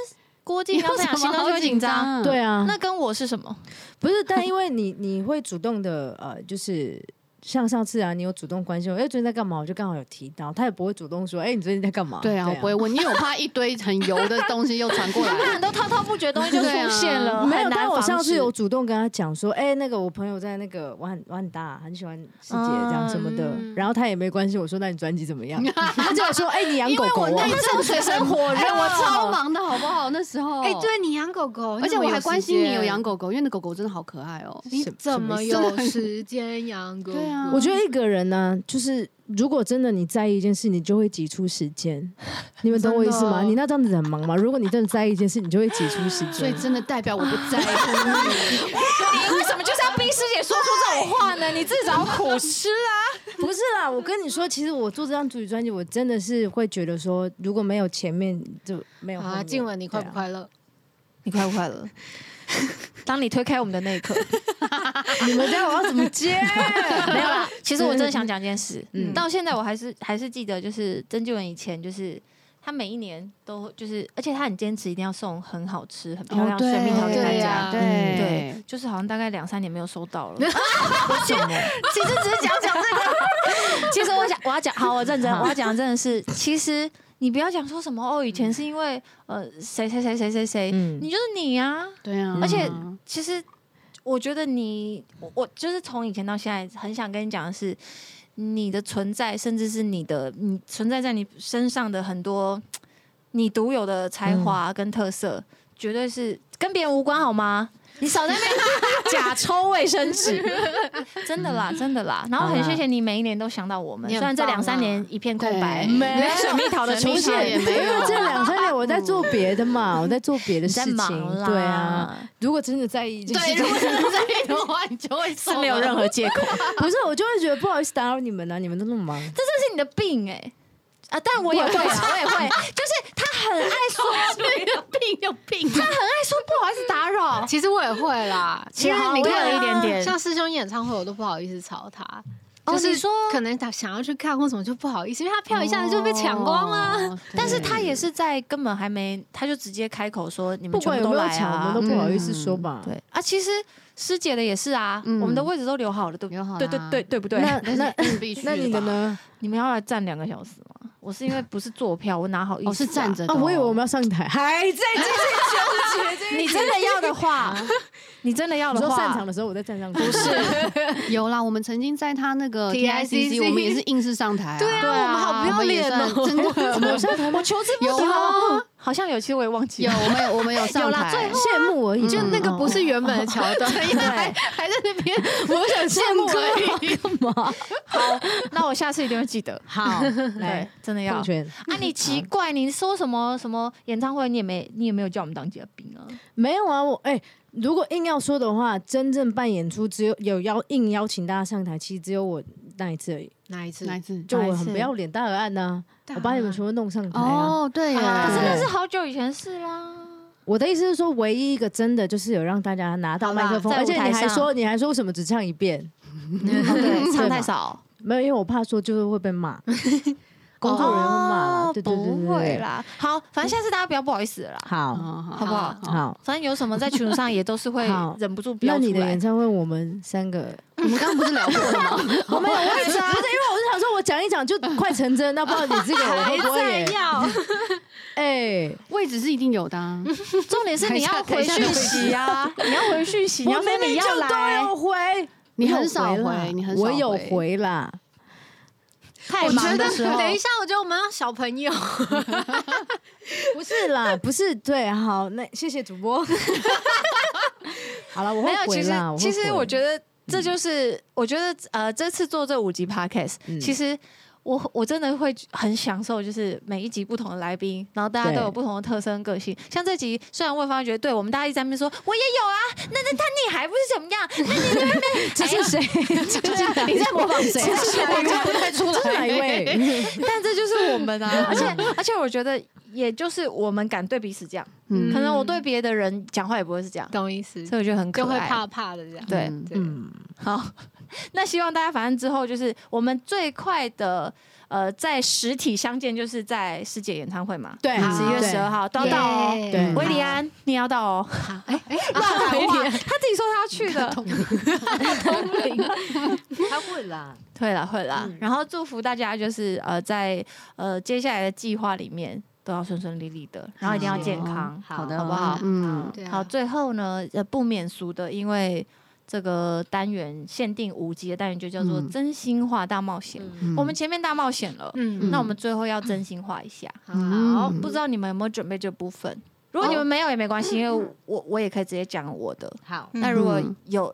Speaker 2: 郭靖要分享新东西会紧张，
Speaker 4: 对啊，
Speaker 2: 那跟我是什 么？
Speaker 4: 不是，但因为你你会主动的呃，就是像上次啊，你有主动关心我，哎、最近在干嘛？我就刚好有提到，他也不会主动说，哎、你最近在干嘛？
Speaker 5: 对啊，我不会问，因为我怕一堆很油的东西又传过
Speaker 2: 不
Speaker 5: 来
Speaker 2: 然。都滔滔不绝，东西就出现了，
Speaker 4: 没
Speaker 2: 呃
Speaker 4: 有，
Speaker 2: 很难
Speaker 4: 但我
Speaker 2: 防
Speaker 4: 上次
Speaker 2: 止
Speaker 4: 有主动跟他讲说，哎、那个我朋友在那个我很我很大，很喜欢师姐这样什么的，
Speaker 1: 嗯
Speaker 4: 然后他也没关系。我说那你专辑怎么样？他就说，哎、你养狗狗、
Speaker 5: 因为我
Speaker 4: 哦
Speaker 5: 那时候水深火热，啊哎我超忙的好不好？那时候，
Speaker 1: 哎、，对你养狗狗，
Speaker 5: 哦而且我还关心你有养
Speaker 1: 狗，
Speaker 5: 狗狗，因为那狗狗真的好可爱哦。
Speaker 1: 你
Speaker 4: 什么
Speaker 1: 怎么
Speaker 5: 什么意
Speaker 1: 有
Speaker 5: 思
Speaker 1: 时间养狗狗？
Speaker 5: 对啊
Speaker 4: 我觉得一个人呢、就是如果真的你在意一件事，你就会挤出时间。你们懂我意思吗？
Speaker 1: 真的
Speaker 4: 你那这样子很忙吗？如果你真的在意一件事，你就会挤出时
Speaker 5: 所以
Speaker 4: 间。
Speaker 5: 真的代表我不在乎你，
Speaker 2: 你为什么就是要逼师姐说出这种话呢？你自找苦吃啊！
Speaker 4: 不是啦，我跟你说，其实我做这张主语专辑，我真的是会觉得说，如果没有前面就没有后
Speaker 1: 啊，
Speaker 4: 面
Speaker 1: 静雯，你快不？
Speaker 4: 对啊
Speaker 1: 快乐？
Speaker 2: 你快不快乐？当你推开我们的那一刻，
Speaker 4: 你们家我要怎么接？
Speaker 2: 没有啦。其实我真的想讲一件事，
Speaker 4: 嗯
Speaker 2: 到现在我还是还是记得，就是曾纪文以前就是。他每一年都就是，而且他很坚持，一定要送很好吃、很
Speaker 5: 哦
Speaker 2: 漂亮的生蜜桃给大
Speaker 1: 对
Speaker 2: 家。
Speaker 1: 呀
Speaker 4: 嗯
Speaker 2: 对，，就是好像大概两三年没有收到了。
Speaker 4: 什么？
Speaker 2: 其实只是讲讲这个。其实我想我要讲，好，我认真，我要讲真的是，其实你不要讲说什么哦，以前是因为呃谁谁谁谁谁谁，
Speaker 4: 嗯
Speaker 2: 你就是你啊。哦
Speaker 5: 对啊，
Speaker 2: 而且其实我觉得你，我我就是从以前到现在，很想跟你讲的是，你的存在，甚至是你的你存在在你身上的很多你独有的才华
Speaker 4: 嗯
Speaker 2: 跟特色，绝对是跟别人无关，好吗？你少在 那边假抽卫生纸，真的
Speaker 4: 嗯
Speaker 2: 啦，真的啦。然后很谢谢你每一年都想到我们，
Speaker 1: 你
Speaker 2: 虽
Speaker 1: 很
Speaker 2: 然这
Speaker 1: 棒
Speaker 2: 两三
Speaker 1: 啊
Speaker 2: 年一片空白，
Speaker 5: 对
Speaker 4: 没有
Speaker 2: 水蜜桃的出
Speaker 5: 蜜桃
Speaker 2: 现，
Speaker 5: 也没
Speaker 4: 因为
Speaker 5: 有
Speaker 4: 这两三年我在做别的嘛，我在做别的
Speaker 2: 你
Speaker 4: 事
Speaker 2: 在
Speaker 4: 情
Speaker 2: 忙啦，。
Speaker 4: 对啊，，如果真的在意一件事
Speaker 1: 对，
Speaker 4: 情，
Speaker 1: 如果是这样的话，你就会
Speaker 2: 哎是没有任
Speaker 1: 何。
Speaker 2: 何借口。
Speaker 4: 不是，我就会觉得不好意思打扰你们啊，你们都那么忙。
Speaker 2: 这是你的病哎、啊！但我也会啊，我也会，就是 他很爱说，
Speaker 1: 有病有病！
Speaker 2: 爱说不好意思打扰。
Speaker 1: 其实我也会啦，其实
Speaker 2: 好
Speaker 1: 你
Speaker 2: 我
Speaker 1: 看啊
Speaker 2: 也有一点点
Speaker 1: 像师兄演唱会，我都不好意思吵他。
Speaker 2: 哦
Speaker 1: 就是
Speaker 2: 你说
Speaker 1: 可能他想要去看或什么就不好意思，因为他票一下子就被抢光了。
Speaker 5: 哦，对
Speaker 2: 但是他也是在根本还没，他就直接开口说你们
Speaker 4: 不管
Speaker 2: 全
Speaker 4: 有
Speaker 2: 部
Speaker 4: 没
Speaker 2: 都
Speaker 4: 有
Speaker 2: 来
Speaker 4: 抢，我
Speaker 2: 啊
Speaker 4: 们。都不好意思说吧。
Speaker 2: 对啊，其实师姐的也是啊，
Speaker 5: 嗯
Speaker 2: 我们的位置都留好了，对不
Speaker 5: 有好啦
Speaker 2: 对？对对对不对？
Speaker 4: 那
Speaker 5: 但
Speaker 4: 那
Speaker 5: 是嗯必须
Speaker 4: 那你的
Speaker 5: 的吧？
Speaker 4: 呢？
Speaker 2: 你们要来站两个小时吗？我是因为不是坐票，我哪好意思、哎
Speaker 5: 哦，是站。着的
Speaker 4: 啊，
Speaker 5: 哦，
Speaker 4: 我以为我们要上台，还在继续纠结。
Speaker 2: 你真的要的 话，你真的要
Speaker 4: 你
Speaker 2: 的
Speaker 4: 说
Speaker 2: 话，
Speaker 4: 散场的时候我在站上去，不是
Speaker 5: 有啦，我们曾经在他那个
Speaker 1: TICC
Speaker 5: TICC，我们也是硬是上台啊，对
Speaker 2: 对啊
Speaker 1: 我们好不要脸哦！
Speaker 5: 真 的
Speaker 2: 我求之不
Speaker 5: 有
Speaker 2: 得
Speaker 5: 啊。
Speaker 2: 好像有，其实我也忘记
Speaker 5: 有，
Speaker 2: 了。
Speaker 5: 我们有我们有上
Speaker 2: 啦最
Speaker 5: 台，
Speaker 4: 羡慕而已。
Speaker 1: 就 那个 不是原本的桥段，因为 还还在那边，我想羡慕而已。
Speaker 2: 那我下次一定会记得。
Speaker 5: 好，
Speaker 2: 对
Speaker 4: 来，
Speaker 2: 真的要
Speaker 4: 奉。劝
Speaker 2: 啊，你奇怪，你说什么什么演唱会，你也没你也没有叫我们当嘉宾啊。
Speaker 4: 没有啊，我哎。如果硬要说的话，真正办演出只有有邀硬邀请大家上台，其实只有我那一次而已。
Speaker 1: 哪一次
Speaker 5: 哪一次？
Speaker 4: 就
Speaker 2: 哪一
Speaker 4: 我很
Speaker 2: 次
Speaker 4: 不要脸，大耳案呐、我把你们全部弄上台啊！
Speaker 5: 哦，对呀，
Speaker 2: 可
Speaker 4: 对
Speaker 2: 是
Speaker 4: 对
Speaker 2: 那
Speaker 4: 对
Speaker 2: 是好久以前的事啊啦。
Speaker 4: 我的意思是说，唯一一个真的就是有让大家拿到
Speaker 1: 好啦
Speaker 4: 麦克风，
Speaker 2: 哦在
Speaker 4: 而且
Speaker 2: 舞台
Speaker 4: 你还
Speaker 2: 上
Speaker 4: 说你还说为什么只唱一遍？
Speaker 2: 对，
Speaker 4: 嗯 唱
Speaker 2: 唱
Speaker 4: 太
Speaker 2: 太少，
Speaker 4: 没有，因为我怕说就是会 被骂，工作人员会骂，对对对对
Speaker 2: 哦不会。啦。好，反正下次大家不要不好意思了啦，
Speaker 4: 好
Speaker 5: 哦
Speaker 2: 好不好？
Speaker 4: 好，
Speaker 2: 反正有什么在群组上也都是会
Speaker 4: 好
Speaker 2: 忍不住飙
Speaker 4: 那
Speaker 2: 出
Speaker 4: 你的
Speaker 2: 来
Speaker 4: 演。唱会我们三个，
Speaker 5: 我们刚刚不是聊过了吗？
Speaker 2: 哦
Speaker 4: 我没有位置啊，不是因为我是想说，我讲一讲就快成真，那不知道你这个我会 不会也？
Speaker 1: 要，
Speaker 4: 哎，
Speaker 5: 位置是一定有的啊，
Speaker 2: 重点是你要回讯息啊，你要回讯息，你
Speaker 4: 我
Speaker 2: 要说
Speaker 4: 明
Speaker 2: 你
Speaker 4: 明就
Speaker 2: 要
Speaker 4: 都
Speaker 2: 来，
Speaker 4: 有回，
Speaker 5: 你很少
Speaker 4: 有啦
Speaker 5: 回，你很少
Speaker 4: 我
Speaker 5: 回，
Speaker 4: 有回啦。
Speaker 2: 太
Speaker 1: 我
Speaker 2: 忙的
Speaker 1: 觉得
Speaker 2: 时候。
Speaker 1: 等一下，我觉得我们要小朋友，
Speaker 4: 不是啦，不是对，好，那谢谢主播。好了，我
Speaker 2: 哎没
Speaker 4: 会
Speaker 2: 有，
Speaker 4: 回
Speaker 2: 其实
Speaker 4: 啦。
Speaker 2: 其实我
Speaker 4: 得
Speaker 2: 觉得这就是，我觉得呃，这次做这五集 podcast，、
Speaker 4: 嗯
Speaker 2: 其实我我真的会很享受，就是每一集不同的来宾，然后大家
Speaker 4: 对
Speaker 2: 都有不同的特色跟个性。像这集，虽然魏芳觉得对我们大家一直在那边说，我也有啊，那那那你还不是怎么样？那
Speaker 4: 这是谁？
Speaker 5: 你在模仿谁啊？
Speaker 4: 我叫不太出来，这是哪一位？
Speaker 2: 但这就是我们啊，而且而且我觉得，也就是我们敢对彼此这样，
Speaker 5: 嗯
Speaker 2: 可能我对别的人讲话也不会是这样，
Speaker 1: 懂意思？
Speaker 2: 所以我觉得很可
Speaker 1: 就会
Speaker 2: 爱。
Speaker 1: 怕怕的这样。
Speaker 2: 对，
Speaker 5: 嗯
Speaker 1: 对，
Speaker 4: 嗯，
Speaker 2: 好， 那希望大家反正之后就是我们最快的呃在实体相见，就是在师姐演唱会嘛，
Speaker 3: 对
Speaker 2: 十一月
Speaker 3: 对
Speaker 2: 十二号都要到哦。
Speaker 1: 耶
Speaker 3: 对
Speaker 2: 维里安，你也要到哦！
Speaker 1: 好哎哎，
Speaker 2: 乱喊话，他自己说他要去的。
Speaker 4: 他会啦，
Speaker 2: 会啦，会
Speaker 1: 嗯
Speaker 2: 啦。然后祝福大家，就是呃，在呃接下来的计划里面都要顺顺利利的，然后一定要健康，
Speaker 4: 好
Speaker 5: 好的，
Speaker 2: 好不好？
Speaker 5: 嗯，
Speaker 1: 对啊
Speaker 2: 好，最后呢，呃，不免俗的，因为这个单元限定五集的单元就叫做
Speaker 5: 嗯
Speaker 2: “真心话大冒险”
Speaker 5: 嗯
Speaker 2: 我们前面大冒险了，
Speaker 1: 嗯
Speaker 2: 那我们最后要真心话一下。
Speaker 5: 嗯
Speaker 2: 好，不知道你们有没有准备这部分？如
Speaker 1: 哦
Speaker 2: 果你们没有也没关系，因为我我也可以直接讲我的。
Speaker 4: 好，
Speaker 1: 嗯
Speaker 2: 那如果有，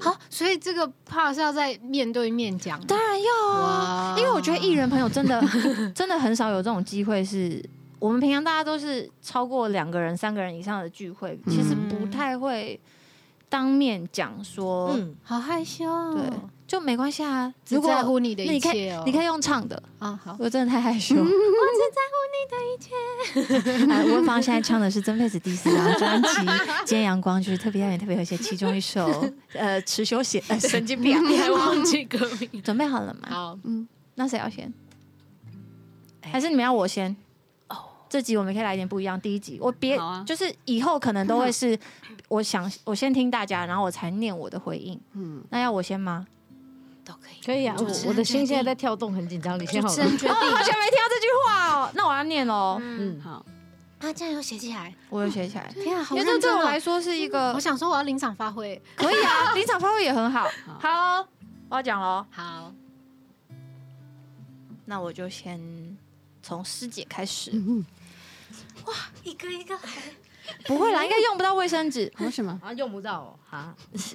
Speaker 1: 好，所以这个 part 是要在面对面讲的，
Speaker 2: 当然要啊。
Speaker 1: 哇
Speaker 2: 因为我觉得艺人朋友真的 真的很少有这种机会是，我们平常大家都是超过两个人、三个人以上的聚会，
Speaker 5: 嗯
Speaker 2: 其实不太会当面讲说，
Speaker 4: 嗯，
Speaker 1: 好害羞哦，
Speaker 2: 对，就没关系啊。
Speaker 1: 只
Speaker 2: 如果
Speaker 1: 在乎你的
Speaker 2: 那
Speaker 1: 一
Speaker 2: 你可
Speaker 1: 切
Speaker 2: 以
Speaker 1: 哦，
Speaker 2: 你可以用唱的，
Speaker 1: 啊，好，
Speaker 2: 我真的太害羞。 我只在乎你的一切。哎，吴芳现在唱的是曾沛慈第四张专辑《今天阳光》，就是特别耀眼、特别和谐，其中一首呃《持修写》呃。神经病啊，
Speaker 1: 你还忘记歌名？
Speaker 2: 准备好了吗？
Speaker 1: 好，
Speaker 2: 那谁要先？还是你们要我先？哦，这集我们可以来一点不一样。第一集我别、
Speaker 3: 好啊
Speaker 2: 就是以后可能都会是，我想我先听大家，然后我才念我的回应。嗯
Speaker 5: 嗯，
Speaker 2: 那要我先吗？
Speaker 1: 都可以。
Speaker 4: 可以啊，
Speaker 1: 主持人
Speaker 4: 我我的心
Speaker 1: 决定
Speaker 4: 现在在跳动，很紧张，你先
Speaker 1: 主
Speaker 4: 好
Speaker 1: 持
Speaker 4: 了
Speaker 1: 人，决
Speaker 2: 哦，
Speaker 1: 定，
Speaker 2: 好久没听到这句话哦，那我要念喽，
Speaker 1: 嗯，
Speaker 4: 嗯，
Speaker 3: 好，
Speaker 1: 啊，竟然有写起来，
Speaker 2: 我又学起来。
Speaker 1: 天啊，好
Speaker 2: 因为这
Speaker 1: 认
Speaker 2: 对
Speaker 1: 真
Speaker 2: 我来
Speaker 1: 哦！
Speaker 2: 说是一个
Speaker 1: 我想说我要临场发挥，
Speaker 2: 可以啊，临场发挥也很好。
Speaker 1: 嗯
Speaker 2: 好，我要讲喽，
Speaker 1: 好，
Speaker 2: 那我就先从师姐开始。
Speaker 1: 一个一个来，
Speaker 2: 不会啦，应该用不到卫生纸。
Speaker 5: 还有什么？
Speaker 4: 啊，用不到哦，好，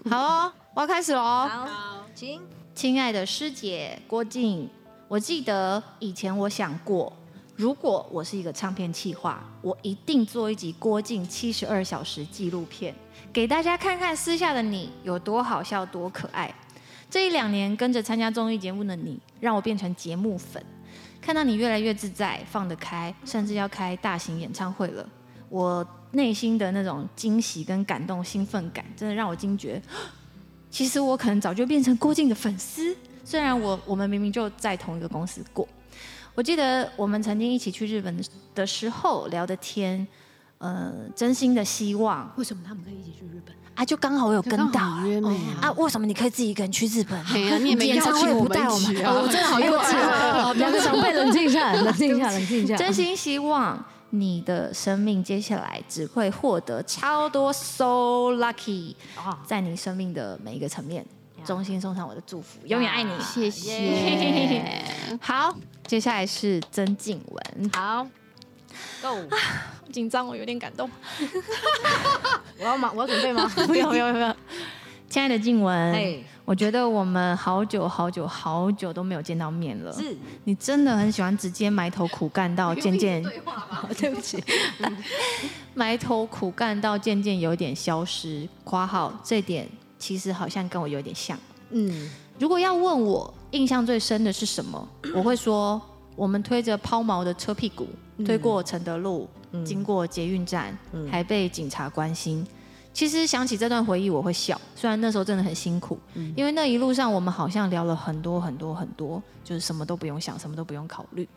Speaker 2: 好哦，我要开始喽。
Speaker 4: 好，请，
Speaker 2: 亲爱的师姐郭静，我记得以前我想过，如果我是一个唱片企划，我一定做一集郭静七十二小时纪录片，给大家看看私下的你有多好笑、多可爱。这一两年跟着参加综艺节目的你，让我变成节目粉，看到你越来越自在、放得开，甚至要开大型演唱会了，我内心的那种惊喜跟感动、兴奋感，真的让我惊觉，其实我可能早就变成郭靖的粉丝，虽然我我们明明就在同一个公司过。我记得我们曾经一起去日本的时候聊的天，呃，真心的希望
Speaker 1: 为什么他们可以一起去日本？
Speaker 2: 啊，就刚好我有跟到啊
Speaker 5: 约美
Speaker 2: 啊，为什么你可以自己一个人去日本啊？
Speaker 5: 哎呀，你也没
Speaker 2: 演
Speaker 5: 邀
Speaker 2: 唱
Speaker 5: 请
Speaker 2: 会
Speaker 5: 我
Speaker 2: 不带我
Speaker 5: 们
Speaker 2: 们
Speaker 5: 去
Speaker 2: 哦
Speaker 5: 啊！
Speaker 4: 我真的好幼稚哦， 两个长辈冷静一下，冷静一下，冷静一 下，
Speaker 2: 真心希望你的生命接下来只会获得超多 so lucky，
Speaker 4: 啊，
Speaker 2: 在你生命的每一个层面，衷心送上我的祝福，永远爱你。
Speaker 5: 谢谢。
Speaker 2: 好，接下来是曾静文，
Speaker 4: 好，Go，
Speaker 2: 紧张，我有点感动。
Speaker 4: 我要忙，我要准备 吗？
Speaker 2: 不用不用不用。亲爱的静文，
Speaker 4: 哎，
Speaker 2: 我觉得我们好久好久好久都没有见到面了。
Speaker 4: 是，
Speaker 2: 你真的很喜欢直接埋头苦干到渐渐，
Speaker 4: 对不起，
Speaker 2: 埋头苦干到渐渐有点消失。括号这点其实好像跟我有点像。
Speaker 4: 嗯，
Speaker 2: 如果要问我印象最深的是什么，我会说我们推着抛锚的车屁股推过承德路，经过捷运站，还被警察关心。其实想起这段回忆，我会笑，虽然那时候真的很辛苦，
Speaker 4: 嗯
Speaker 2: 因为那一路上我们好像聊了很多很多很多，就是什么都不用想，什么都不用考虑。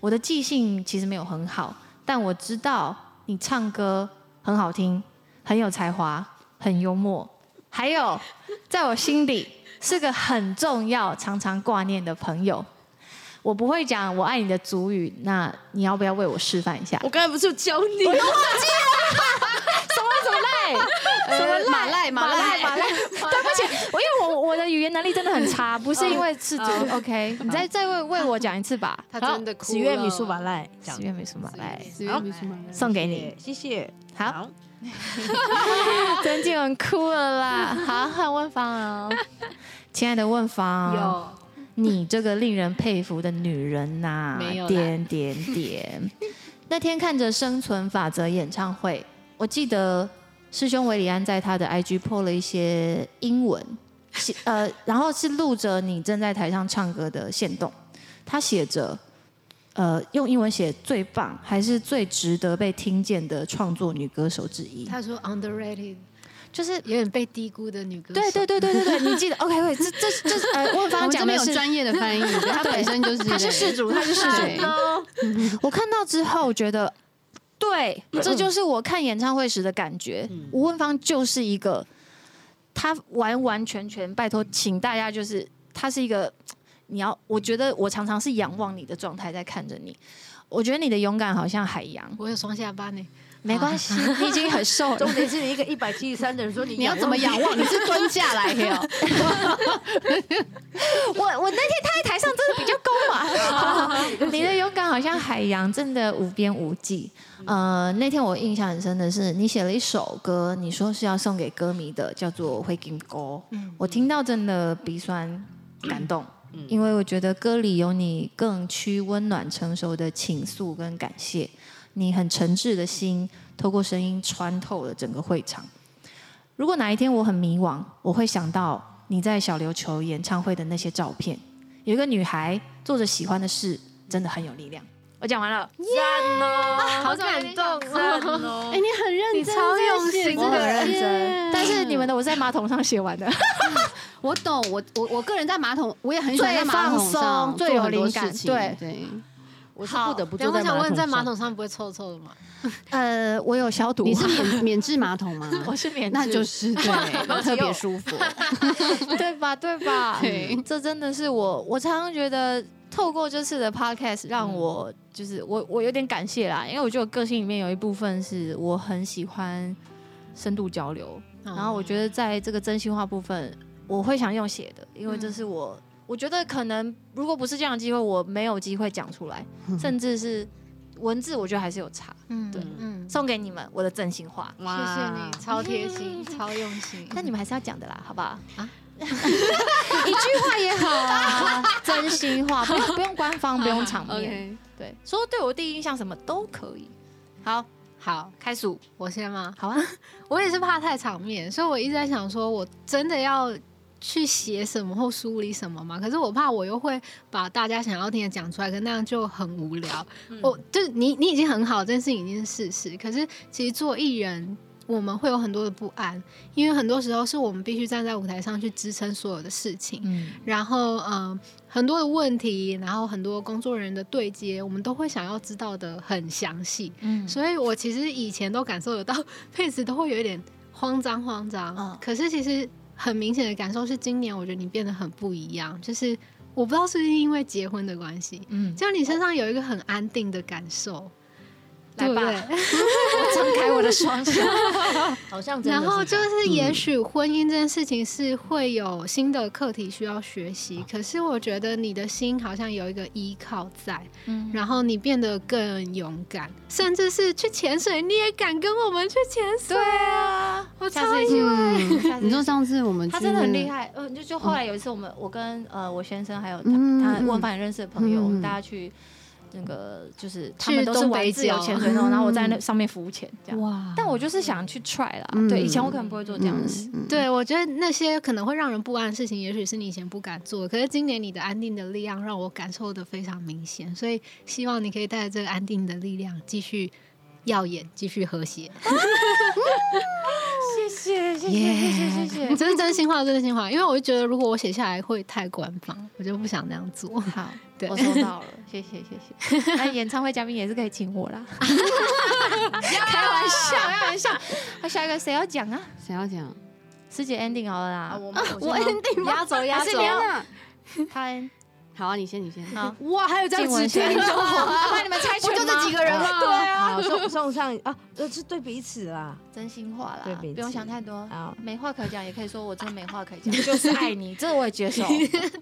Speaker 2: 我的记性其实没有很好，但我知道你唱歌很好听，很有才华，很幽默，还有在我心里是个很重要、常常挂念的朋友。我不会讲我爱你的主语，那你要不要为我示范一下？
Speaker 4: 我刚才不是有教你，
Speaker 2: 什么马赖马赖马 赖？对不起，我因为我我的语言能力真的很差，不是因为是主
Speaker 5: 哦
Speaker 2: 语。OK，你再再为为我讲一次吧。
Speaker 1: 他真的哭了。
Speaker 4: 十月米苏瓦赖，这样
Speaker 2: 十月美术马赖
Speaker 5: 十月
Speaker 4: 好
Speaker 5: 秘书嘛
Speaker 2: 送给你，，
Speaker 4: 谢谢，
Speaker 2: 好，
Speaker 4: 好，
Speaker 2: 曾静文哭了啦。好，换问芳哦，亲爱的问芳，
Speaker 1: 有
Speaker 2: 你这个令人佩服的女人呐、
Speaker 1: 没有啦
Speaker 2: 点点点。那天看着《生存法则》演唱会，我记得师兄维里安在他的 IG 破了一些英文，写呃，然后是录着你正在台上唱歌的线动，他写着。呃，用英文写最棒还是最值得被听见的创作女歌手之一。
Speaker 1: 他说 underrated，
Speaker 2: 就是
Speaker 1: 有点被低估的女歌手。
Speaker 2: 对对对对对对，你记得 OK OK，这这这是呃，我很
Speaker 5: 我
Speaker 2: 方
Speaker 5: 们这
Speaker 2: 讲
Speaker 5: 边
Speaker 2: 的
Speaker 5: 有
Speaker 2: 是
Speaker 5: 专业的翻译，他本身就是
Speaker 2: 他是事主，他是事
Speaker 5: 对
Speaker 2: 主。我看到之后觉得，对，这就是我看演唱会时的感觉。
Speaker 5: 嗯
Speaker 2: 吴文芳就是一个，他完完全全拜托，请大家就是，他是一个，你要，我觉得我常常是仰望你的状态在看着你。我觉得你的勇敢好像海洋，
Speaker 1: 我有双下巴呢，
Speaker 2: 没关 系，你已经很瘦了
Speaker 4: 重。点是你一个一百七十三的人说你
Speaker 5: 你要怎么仰望？你是蹲下来的哦，
Speaker 2: 我我那天他在台上真的比较高嘛。你的勇敢好像海洋，真的无边无际。呃，那天我印象很深的是，你写了一首歌，你说是要送给歌迷的，叫做《灰金歌》。我听到真的鼻酸感动，嗯因为我觉得歌里有你更趋温暖成熟的倾诉跟感谢，你很诚挚的心，透过声音穿透了整个会场。如果哪一天我很迷惘，我会想到你在小琉球演唱会的那些照片，有一个女孩做着喜欢的事，真的很有力量。我讲完了，
Speaker 4: 赞哦，
Speaker 1: 好感动
Speaker 4: 赞
Speaker 1: 哦！
Speaker 4: 哦
Speaker 5: 哎，！你很认
Speaker 1: 你
Speaker 5: 真，
Speaker 1: 超用心
Speaker 4: 我很认真，
Speaker 2: 但是你们的我在马桶上写完的，
Speaker 5: 我懂，我我我个人在马桶，我也很喜欢在
Speaker 2: 最
Speaker 5: 马桶
Speaker 2: 放
Speaker 5: 上
Speaker 2: 松最
Speaker 5: 做
Speaker 2: 有
Speaker 5: 很多
Speaker 2: 灵感
Speaker 5: 事情
Speaker 2: 对
Speaker 5: 对，
Speaker 4: 我是不得不
Speaker 1: 然
Speaker 4: 坐
Speaker 1: 后我
Speaker 4: 在
Speaker 1: 想问，在马
Speaker 4: 马桶
Speaker 1: 桶上不会臭臭的吗？
Speaker 2: 呃， 我有消毒
Speaker 5: 你是免免治马桶吗？
Speaker 2: 我是免
Speaker 5: 那
Speaker 2: 治
Speaker 5: 就是 对，特别舒服。
Speaker 2: 对吧？对吧？这真的是我，我常常觉得透过这次的 podcast，让我就是我我有点感谢啦，因为我觉得我个性里面有一部分是我很喜欢深度交流，
Speaker 1: 哦
Speaker 2: 然后我觉得在这个真心话部分，我会想用写的，因为
Speaker 1: 嗯
Speaker 2: 这是我、我觉得可能如果不是这样的机会，我没有机会讲出 来，甚至是文字，我觉得还是有差。
Speaker 1: 嗯，
Speaker 2: 对
Speaker 1: 嗯，
Speaker 2: 送给你们我的真心话，
Speaker 1: 谢谢你，超贴心，超用心。
Speaker 2: 嗯但你们还是要讲的啦，好不好？
Speaker 1: 啊
Speaker 2: 一句话也好啊，真心话，不用不用官方，不用场面，
Speaker 5: OK，
Speaker 2: 对，说对我第一印象什么都可以。好，
Speaker 1: 好，
Speaker 2: 开始，
Speaker 1: 我先吗？
Speaker 2: 好啊，
Speaker 1: 我也是怕太场面，所以我一直在想说，我真的要去写什么或梳理什么嘛？可是我怕我又会把大家想要听的讲出来，可那样就很无聊。我就是你，你已经很好，这件事情已经是事实。可是其实做艺人。我们会有很多的不安，因为很多时候是我们必须站在舞台上去支撑所有的事情。
Speaker 2: 嗯，
Speaker 1: 然后嗯、呃很多的问题，然后很多工作人员的对接，我们都会想要知道的很详细。
Speaker 2: 嗯
Speaker 1: 所以我其实以前都感受得到， 佩子都会有一点慌张慌张。
Speaker 2: 嗯
Speaker 1: 可是其实很明显的感受是，今年我觉得你变得很不一样，就是我不知道是不是因为结婚的关系，
Speaker 2: 嗯，
Speaker 1: 就你身上有一个很安定的感受，
Speaker 2: 来
Speaker 1: 对不
Speaker 2: 吧
Speaker 1: 对？
Speaker 2: 我张开我的双 手，
Speaker 4: 好像真的
Speaker 1: 然
Speaker 4: 是
Speaker 1: 后就
Speaker 4: 这样
Speaker 1: 是，也许婚姻这件事情是会有新的课题需要学习，
Speaker 2: 嗯
Speaker 1: 可是我觉得你的心好像有一个依靠在，
Speaker 2: 嗯
Speaker 1: 然后你变得更勇敢，甚至是去潜水，你也敢跟我们去潜水。
Speaker 2: 对啊，
Speaker 1: 我
Speaker 2: 下
Speaker 1: 超
Speaker 2: 次一起下
Speaker 5: 嗯，
Speaker 2: 次
Speaker 5: 你说上次我们
Speaker 2: 他真的很厉
Speaker 5: 害，
Speaker 2: 害，嗯，就就后来有一次，我们我跟呃我先生还有他
Speaker 5: 嗯
Speaker 2: 他
Speaker 5: 嗯
Speaker 2: 我反正认识的朋友，
Speaker 5: 嗯
Speaker 2: 我们大家去那个就是他们都是
Speaker 1: 东
Speaker 2: 玩
Speaker 1: 北
Speaker 2: 自由
Speaker 1: 角
Speaker 2: 潜水那种，然后我在那上面浮潜这样。
Speaker 1: 哇！
Speaker 2: 但我就是想去 try 啦，
Speaker 5: 嗯
Speaker 2: 对，以前我可能不会做这样的事。
Speaker 5: 嗯，
Speaker 1: 对，我觉得那些可能会让人不安的事情，也许是你以前不敢做，可是今年你的安定的力量让我感受的非常明显，所以希望你可以带着这个安定的力量继续耀眼，继续和谐。
Speaker 2: 谢谢谢谢谢谢谢
Speaker 1: 这是真心话，真心话，因为我就觉得如果我写下来会太官方，我就不想那样做。
Speaker 2: 谢，好，
Speaker 1: 对
Speaker 2: 我收到了，谢谢 谢谢。那演唱会嘉宾也是可以请我啦， 开玩笑开玩笑。那下一个谁要讲啊？
Speaker 5: 谁要讲？
Speaker 2: 师姐 ending 好了
Speaker 4: 啊
Speaker 2: 啦，
Speaker 4: 我们
Speaker 5: 我 ending 吗？
Speaker 1: 压轴压
Speaker 2: 还是
Speaker 1: 轴
Speaker 2: 你，要他 end
Speaker 5: 好啊，你先，你先。
Speaker 2: 好
Speaker 4: 哇，还有这样子
Speaker 2: 静雯
Speaker 4: 听
Speaker 2: 先
Speaker 4: 懂我，
Speaker 2: 麻烦你们猜拳
Speaker 4: 不就这几
Speaker 2: 吗
Speaker 4: 个人吗？对
Speaker 5: 好
Speaker 4: 啊，送送上啊，这是对彼此啊啦。
Speaker 2: 真心话啦，
Speaker 4: 对
Speaker 2: 不
Speaker 4: 彼此
Speaker 2: 用想太多
Speaker 4: 好，
Speaker 2: 没话可讲，也可以说我真没话可讲，就是爱你，这我也接 受。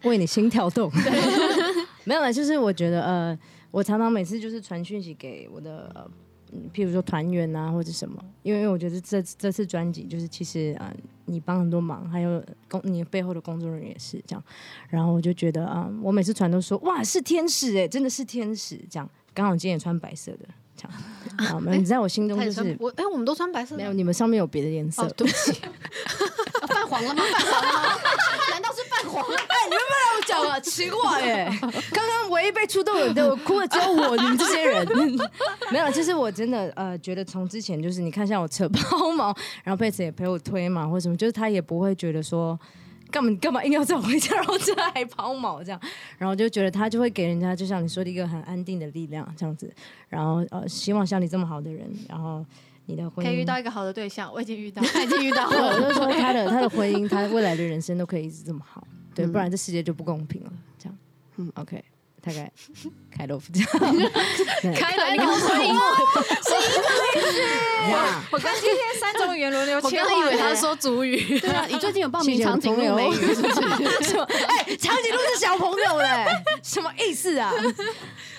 Speaker 4: 为你心跳动。 没有啦，就是我觉得呃，我常常每次就是传讯息给我的呃，嗯譬如说团员啊或者什么，因为因为我觉得这这次专辑就是其实啊、呃你帮很多忙，还有工你背后的工作人员也是这样，然后我就觉得啊、呃我每次传都说哇是天使哎、真的是天使这样，刚好今天也穿白色的这样，啊、没有你在我心中
Speaker 1: 他
Speaker 4: 就
Speaker 1: 也穿
Speaker 4: 是。
Speaker 1: 我哎，我们都穿白色
Speaker 4: 没
Speaker 1: 的
Speaker 4: 有，，你们上面有别的颜色。
Speaker 1: 哦对不起，
Speaker 5: 泛黄了吗？泛黄了吗？难道是泛黄了？
Speaker 4: 你们不让我讲啊，奇怪耶！刚刚唯一被触动的，我哭的只有我，你们这些人没有。就是我真的呃，觉得从之前就是你看，像我扯抛锚，然后佩慈也陪我推嘛，或什么，就是他也不会觉得说。干嘛你干嘛硬要叫我回家，然后这还抛锚这样，然后就觉得他就会给人家，就像你说的一个很安定的力量这样子，然后呃，希望像你这么好的人，然后你的婚姻
Speaker 6: 可以遇到一个好的对象，我已经遇到了，
Speaker 5: 他已经遇 到
Speaker 4: 对，我
Speaker 5: 了，
Speaker 4: 就说他的他的婚姻，他未来的人生都可以一直这么好，对，
Speaker 5: 嗯
Speaker 4: 不然这世界就不公平了。这样，嗯，OK，大 概开了这样，
Speaker 1: 开了，你跟我说英文，
Speaker 4: 哇，
Speaker 6: 我跟今天三种语言轮流
Speaker 1: 我
Speaker 6: 切
Speaker 1: 刚
Speaker 6: 换，
Speaker 1: 以为他说主语，
Speaker 5: 对啊，你最近有报
Speaker 4: 谢
Speaker 5: 名
Speaker 4: 谢
Speaker 5: 长颈
Speaker 4: 朋
Speaker 5: 鹿
Speaker 4: 友
Speaker 5: 美语是不是？
Speaker 4: 什么？哎，长颈鹿是小朋友嘞，什么意思啊？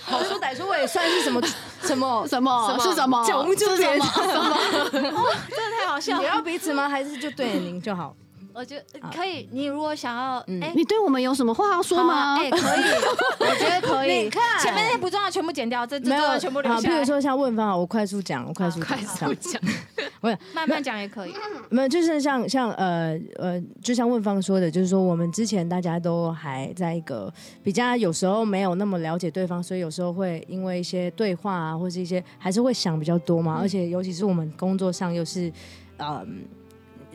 Speaker 4: 好说歹说，我也算是什么什么
Speaker 5: 什么？是什么？
Speaker 4: 囧就别人，
Speaker 6: 真的太好笑
Speaker 4: 你
Speaker 6: 了。
Speaker 4: 要彼此吗？还是就对您就好？
Speaker 2: 我觉得呃可以，你如果想要，
Speaker 4: 嗯
Speaker 2: 哎，
Speaker 5: 你对我们有什么话要说
Speaker 2: 好啊
Speaker 5: 吗？
Speaker 2: 哎，可以，我觉得可以。
Speaker 4: 你看
Speaker 2: 前面那些不重要，全部剪掉，这这
Speaker 4: 没
Speaker 2: 重
Speaker 4: 有
Speaker 2: 要全部留
Speaker 4: 好
Speaker 2: 下
Speaker 4: 譬如
Speaker 2: 来，
Speaker 4: 说像问方，啊我快速讲，我快
Speaker 5: 哦
Speaker 4: 速讲，这样
Speaker 1: 讲，
Speaker 2: 慢慢讲也可以。
Speaker 4: 没有，就是像像呃呃，就像问方说的，就是说我们之前大家都还在一个比较有时候没有那么了解对方，所以有时候会因为一些对话啊，或是一些还是会想比较多
Speaker 1: 嗯
Speaker 4: 嘛。而且尤其是我们工作上又是，嗯、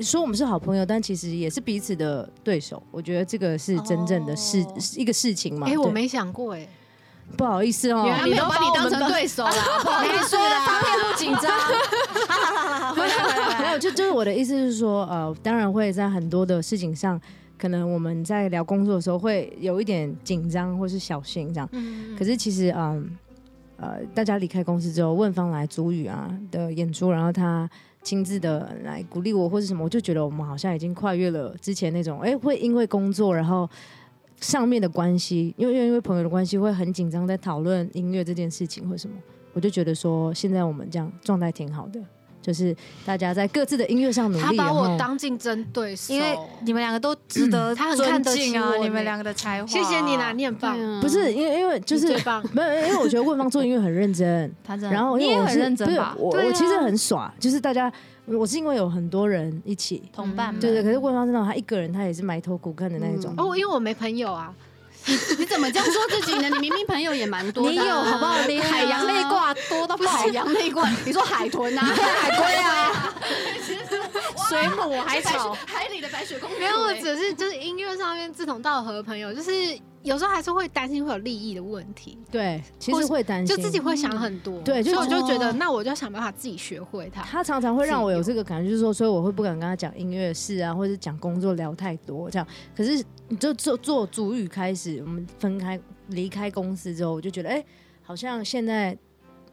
Speaker 4: 说我们是好朋友，但其实也是彼此的对手。我觉得这个是真正的事、
Speaker 6: 哦
Speaker 4: 是一个事情嘛。
Speaker 1: 哎，我
Speaker 4: 对
Speaker 1: 没想过哎，
Speaker 4: 不好意思哦，
Speaker 1: 原来
Speaker 5: 他没有把你当成对手啦，不好意思啦。
Speaker 2: 不紧张，
Speaker 4: 没有，就就是我的意思是说，呃，当然会在很多的事情上，可能我们在聊工作的时候会有一点紧张或是小心这样。
Speaker 1: 嗯，
Speaker 4: 可是其实，嗯、呃，大家离开公司之后，问方来主语啊的演出，然后他亲自的来鼓励我或是什么，我就觉得我们好像已经跨越了之前那种，哎，会因为工作然后。上面的关系，因为因为因为朋友的关系会很紧张，在讨论音乐这件事情或什么，我就觉得说现在我们这样状态挺好的，就是大家在各自的音乐上努
Speaker 1: 他
Speaker 4: 力。
Speaker 1: 把
Speaker 4: 然后
Speaker 1: 我当竞争对手，
Speaker 2: 因为你们两个都值得
Speaker 1: 他很
Speaker 2: 尊
Speaker 1: 看得起
Speaker 2: 敬啊，
Speaker 1: 我
Speaker 2: 你们
Speaker 1: 呢
Speaker 2: 两个的才华。
Speaker 1: 谢谢你啦，，你很棒，
Speaker 5: 对啊
Speaker 4: 不是因为因为就
Speaker 1: 你
Speaker 4: 是
Speaker 1: 最棒，
Speaker 4: 没有，因为我觉得问方做音乐很认真，
Speaker 2: 他真的，
Speaker 4: 然后
Speaker 2: 啊你
Speaker 4: 因为
Speaker 2: 也
Speaker 4: 我
Speaker 2: 很
Speaker 4: 是
Speaker 2: 认真
Speaker 4: 不是
Speaker 2: 吧？
Speaker 4: 我
Speaker 1: 对啊
Speaker 4: 我其实很耍，就是大家我是因为有很多人一起，
Speaker 2: 同伴们，
Speaker 4: 对对。可是问方真的他一个人，他也是埋头苦干的那一种。
Speaker 1: 哦，因为我没朋友啊，
Speaker 5: 你怎么这样说自己呢？你明明朋友也蛮多
Speaker 2: 你
Speaker 5: 的啊，
Speaker 2: 有好不好？你海洋内挂多 到爆，
Speaker 5: 海洋那一块，你说海豚啊，海
Speaker 2: 对啊，水母海草，
Speaker 5: 海里的白雪公 主，
Speaker 1: 没有，我只是就是音乐上面志同道合的朋友，就是有时候还是会担心会有利益的问题，
Speaker 4: 对，其
Speaker 1: 或
Speaker 4: 实
Speaker 1: 是
Speaker 4: 会担心，
Speaker 1: 就自己会想很多，
Speaker 4: 对就
Speaker 1: 所以我就觉
Speaker 5: 哦
Speaker 1: 得那我就想办法自己学会它。
Speaker 4: 他常常会让我有这个感觉，就是说，所以我会不敢跟他讲音乐事啊，或者是讲工作聊太多这样。可是你就做做主语开始，我们分开离开公司之后，我就觉得，哎、好像现在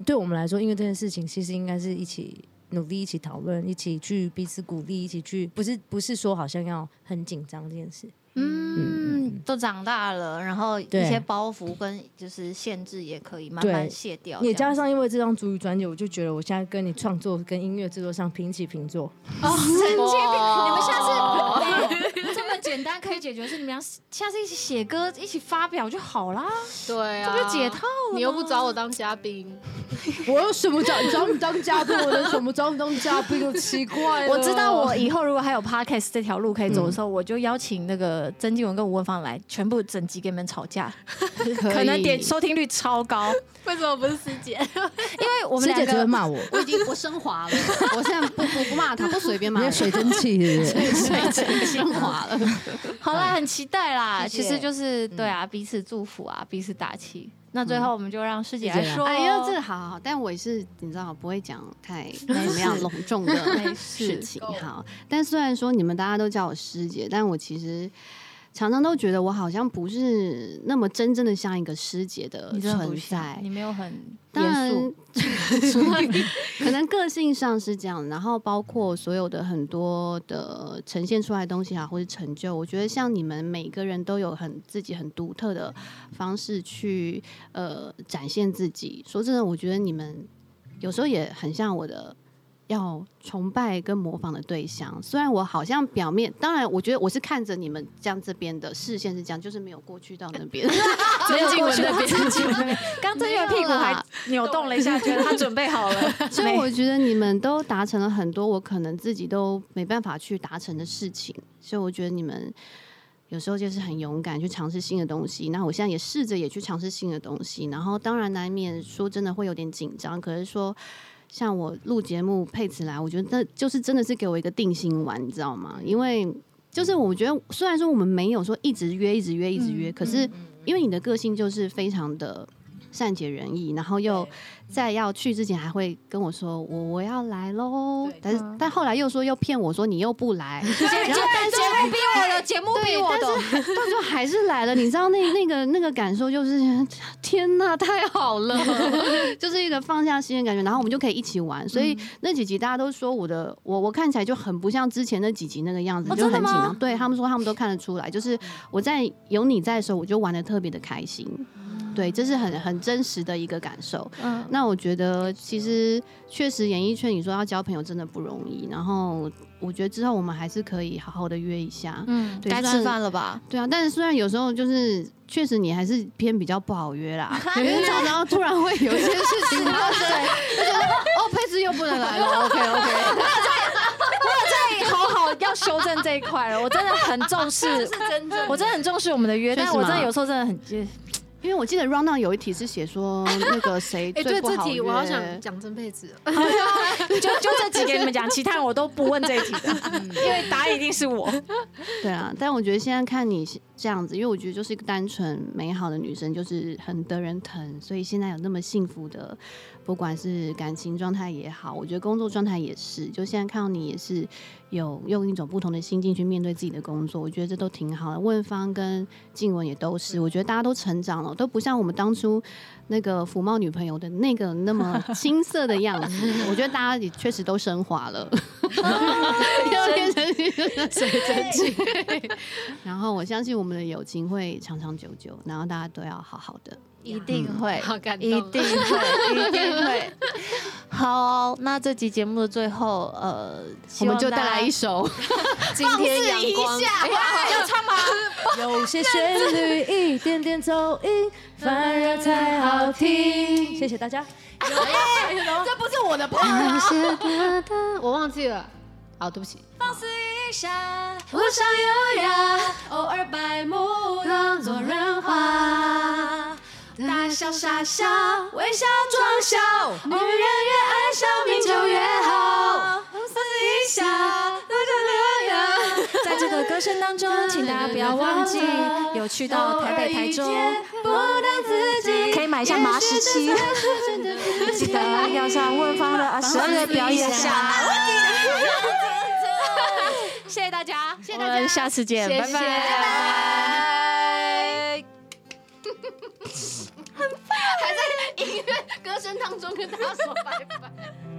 Speaker 4: 对我们来说，音乐这件事情其实应该是一起努力、一起讨论、一起去彼此鼓励、一起去，不是不是说好像要很紧张这件事。
Speaker 2: 嗯，都长大了，然后一
Speaker 4: 嗯对
Speaker 2: 些包袱跟就是限制也可以慢
Speaker 4: 对
Speaker 2: 慢卸掉，
Speaker 4: 也
Speaker 2: 这样
Speaker 4: 加上因为这张主语专辑，我就觉得我现在跟你创作、跟音乐制作上平起平坐。
Speaker 1: 哦
Speaker 2: 你们下次、哎这么简单可以解决的事，你们俩下次一起写歌、一起发表就好啦，
Speaker 1: 对
Speaker 2: 这
Speaker 1: 啊，
Speaker 2: 不就解套了吗？
Speaker 1: 你又不找我当嘉宾，
Speaker 4: 我有什么找找你当嘉宾？我有什么找你当嘉宾？就奇怪了
Speaker 2: 我知道，我以后如果还有 podcast 这条路可以走的时候，我就邀请那个曾静文跟吴文芳来，全部整集给你们吵架， 可能点收听率超高，
Speaker 1: 为什么不是师姐？
Speaker 2: 因为我
Speaker 4: 我
Speaker 2: 们
Speaker 4: 师姐
Speaker 2: 两
Speaker 4: 只会
Speaker 2: 个
Speaker 4: 骂我，
Speaker 5: 我已经我升华了， 我现在不不不骂他，不随便骂
Speaker 4: 你
Speaker 5: 人
Speaker 4: 有水蒸气是不 是？
Speaker 5: 升华了。
Speaker 2: 好啦，很期待啦。
Speaker 4: 谢谢
Speaker 2: 其实就是对啊，彼此祝福啊，彼此打气。那最后我们就让师姐
Speaker 4: 师
Speaker 2: 来
Speaker 4: 姐来
Speaker 2: 说，
Speaker 5: 哎呀，这个好好好，但我也是你知道，不会讲 太怎么样隆重的事情。好，但虽然说你们大家都叫我师姐，但我其实常常都觉得我好像不是那么真正的像一个师姐的
Speaker 2: 你真的不
Speaker 5: 存
Speaker 2: 像
Speaker 5: 在，
Speaker 2: 你。没有很
Speaker 5: 当
Speaker 2: 严
Speaker 5: 然
Speaker 2: 肃，，
Speaker 5: 可能个性上是这样，然后包括所有的很多的呈现出来的东西啊，或是成就，我觉得像你们每个人都有很自己很独特的方式去呃展现自己。说真的，我觉得你们有时候也很像我的要崇拜跟模仿的对象。虽然我好像表面，当然我觉得我是看着你们这样这边的视线是这样，就是没有过去到那边。
Speaker 1: 曾静文那边，
Speaker 2: 啊刚曾静文屁股还扭动了一下，觉得他准备好 了。
Speaker 5: 所以我觉得你们都达成了很多我可能自己都没办法去达成的事情，所以我觉得你们有时候就是很勇敢去尝试新的东西。那我现在也试着也去尝试新的东西，然后当然难免说真的会有点紧张，可是说。像我录节目配词来，我觉得就是真的是给我一个定心丸，你知道吗？因为就是我觉得虽然说我们没有说一直约、一直约、一直约，可是因为你的个性就是非常的善解人意，然后又在要去之前还会跟我说我我要来喽，但是但后来又说又骗我说你又不 来，然后但是
Speaker 2: 目逼我的，节目逼
Speaker 5: 对，
Speaker 2: 我
Speaker 5: 但
Speaker 2: 的，
Speaker 5: 是但是还是来了，你知道那那个那个感受就是，天呐，太 好了，就是一个放下心的感觉。然后我们就可以一起玩，所
Speaker 2: 嗯
Speaker 5: 以那几集大家都说我的我我看起来就很不像之前那几集那个样子，
Speaker 2: 哦
Speaker 5: 就
Speaker 2: 真
Speaker 5: 很
Speaker 2: 的
Speaker 5: 紧
Speaker 2: 吗
Speaker 5: 张。对他们说他们都看得出来，就是我在有你在的时候，我就玩的特别的开心。对，这是很很真实的一个感受。
Speaker 2: 嗯，
Speaker 5: 那我觉得其实确实演艺圈，你说要交朋友真的不容易。然后我觉得之后我们还是可以好好的约一下。
Speaker 2: 嗯，
Speaker 5: 对
Speaker 2: 该
Speaker 5: 虽
Speaker 2: 吃
Speaker 5: 然
Speaker 2: 饭了吧？
Speaker 5: 对啊，但是虽然有时候就是确实你还是偏比较不好 约啦，因为常常突然会有一些事情发生，就觉得哦佩芝又不能来了，OK OK，
Speaker 2: 对，好好要修正这一块了，我真的很重 视，
Speaker 7: 真的
Speaker 2: 我真的很重视我们的约，
Speaker 5: 确实
Speaker 2: 但
Speaker 5: 嘛
Speaker 2: 我真的有时候真的很，
Speaker 5: 因为我记得 round down 有一题是写说那个谁
Speaker 1: 哎、
Speaker 5: 最
Speaker 1: 对
Speaker 5: 不
Speaker 1: 这
Speaker 5: 好
Speaker 1: 题
Speaker 5: 约，
Speaker 1: 我好想讲曾佩子，
Speaker 2: 就就这几给你们讲，其他人我都不问这一题的，因为答案一定是我。
Speaker 5: 对啊，但我觉得现在看你这样子，因为我觉得就是一个单纯美好的女生，就是很得人疼，所以现在有那么幸福的，不管是感情状态也好，我觉得工作状态也是，就现在看到你也是有用一种不同的心境去面对自己的工作，我觉得这都挺好的。问方跟静雯也都是，我觉得大家都成长了，都不像我们当初那个福茂女朋友的那个那么青涩的样子。我觉得大家也确实都升华了， 啊要变成水蒸气。然后我相信我们的友情会长长久久，然后大家都要好好的。
Speaker 7: 一定会，
Speaker 1: 好感动
Speaker 7: 一定会，一定会。好哦，那这集节目的最后，呃，
Speaker 5: 我
Speaker 7: 希
Speaker 5: 们
Speaker 7: 望
Speaker 5: 就
Speaker 7: 大
Speaker 5: 带
Speaker 7: 家
Speaker 5: 来 一首，
Speaker 1: 今天阳光，
Speaker 2: 要唱吗？
Speaker 4: 有些旋律一点点走音，反而才好听。谢谢大家。
Speaker 2: 这不是我的
Speaker 1: 我忘记了，好，对不起。
Speaker 2: 放肆一下，无伤优雅，偶尔百慕当作人话。大笑傻笑，微笑装笑，女人越爱笑，命就越好。放肆一下，多加留呀。在这个歌声当中，请大家不要忘记，有去到台北、台中，不当自己，可以买一下马十七。 记得要上问方的十二月表演下来。谢谢大家，谢谢大家，下次见，拜拜，拜拜。
Speaker 1: 歌声当中跟大家说拜拜。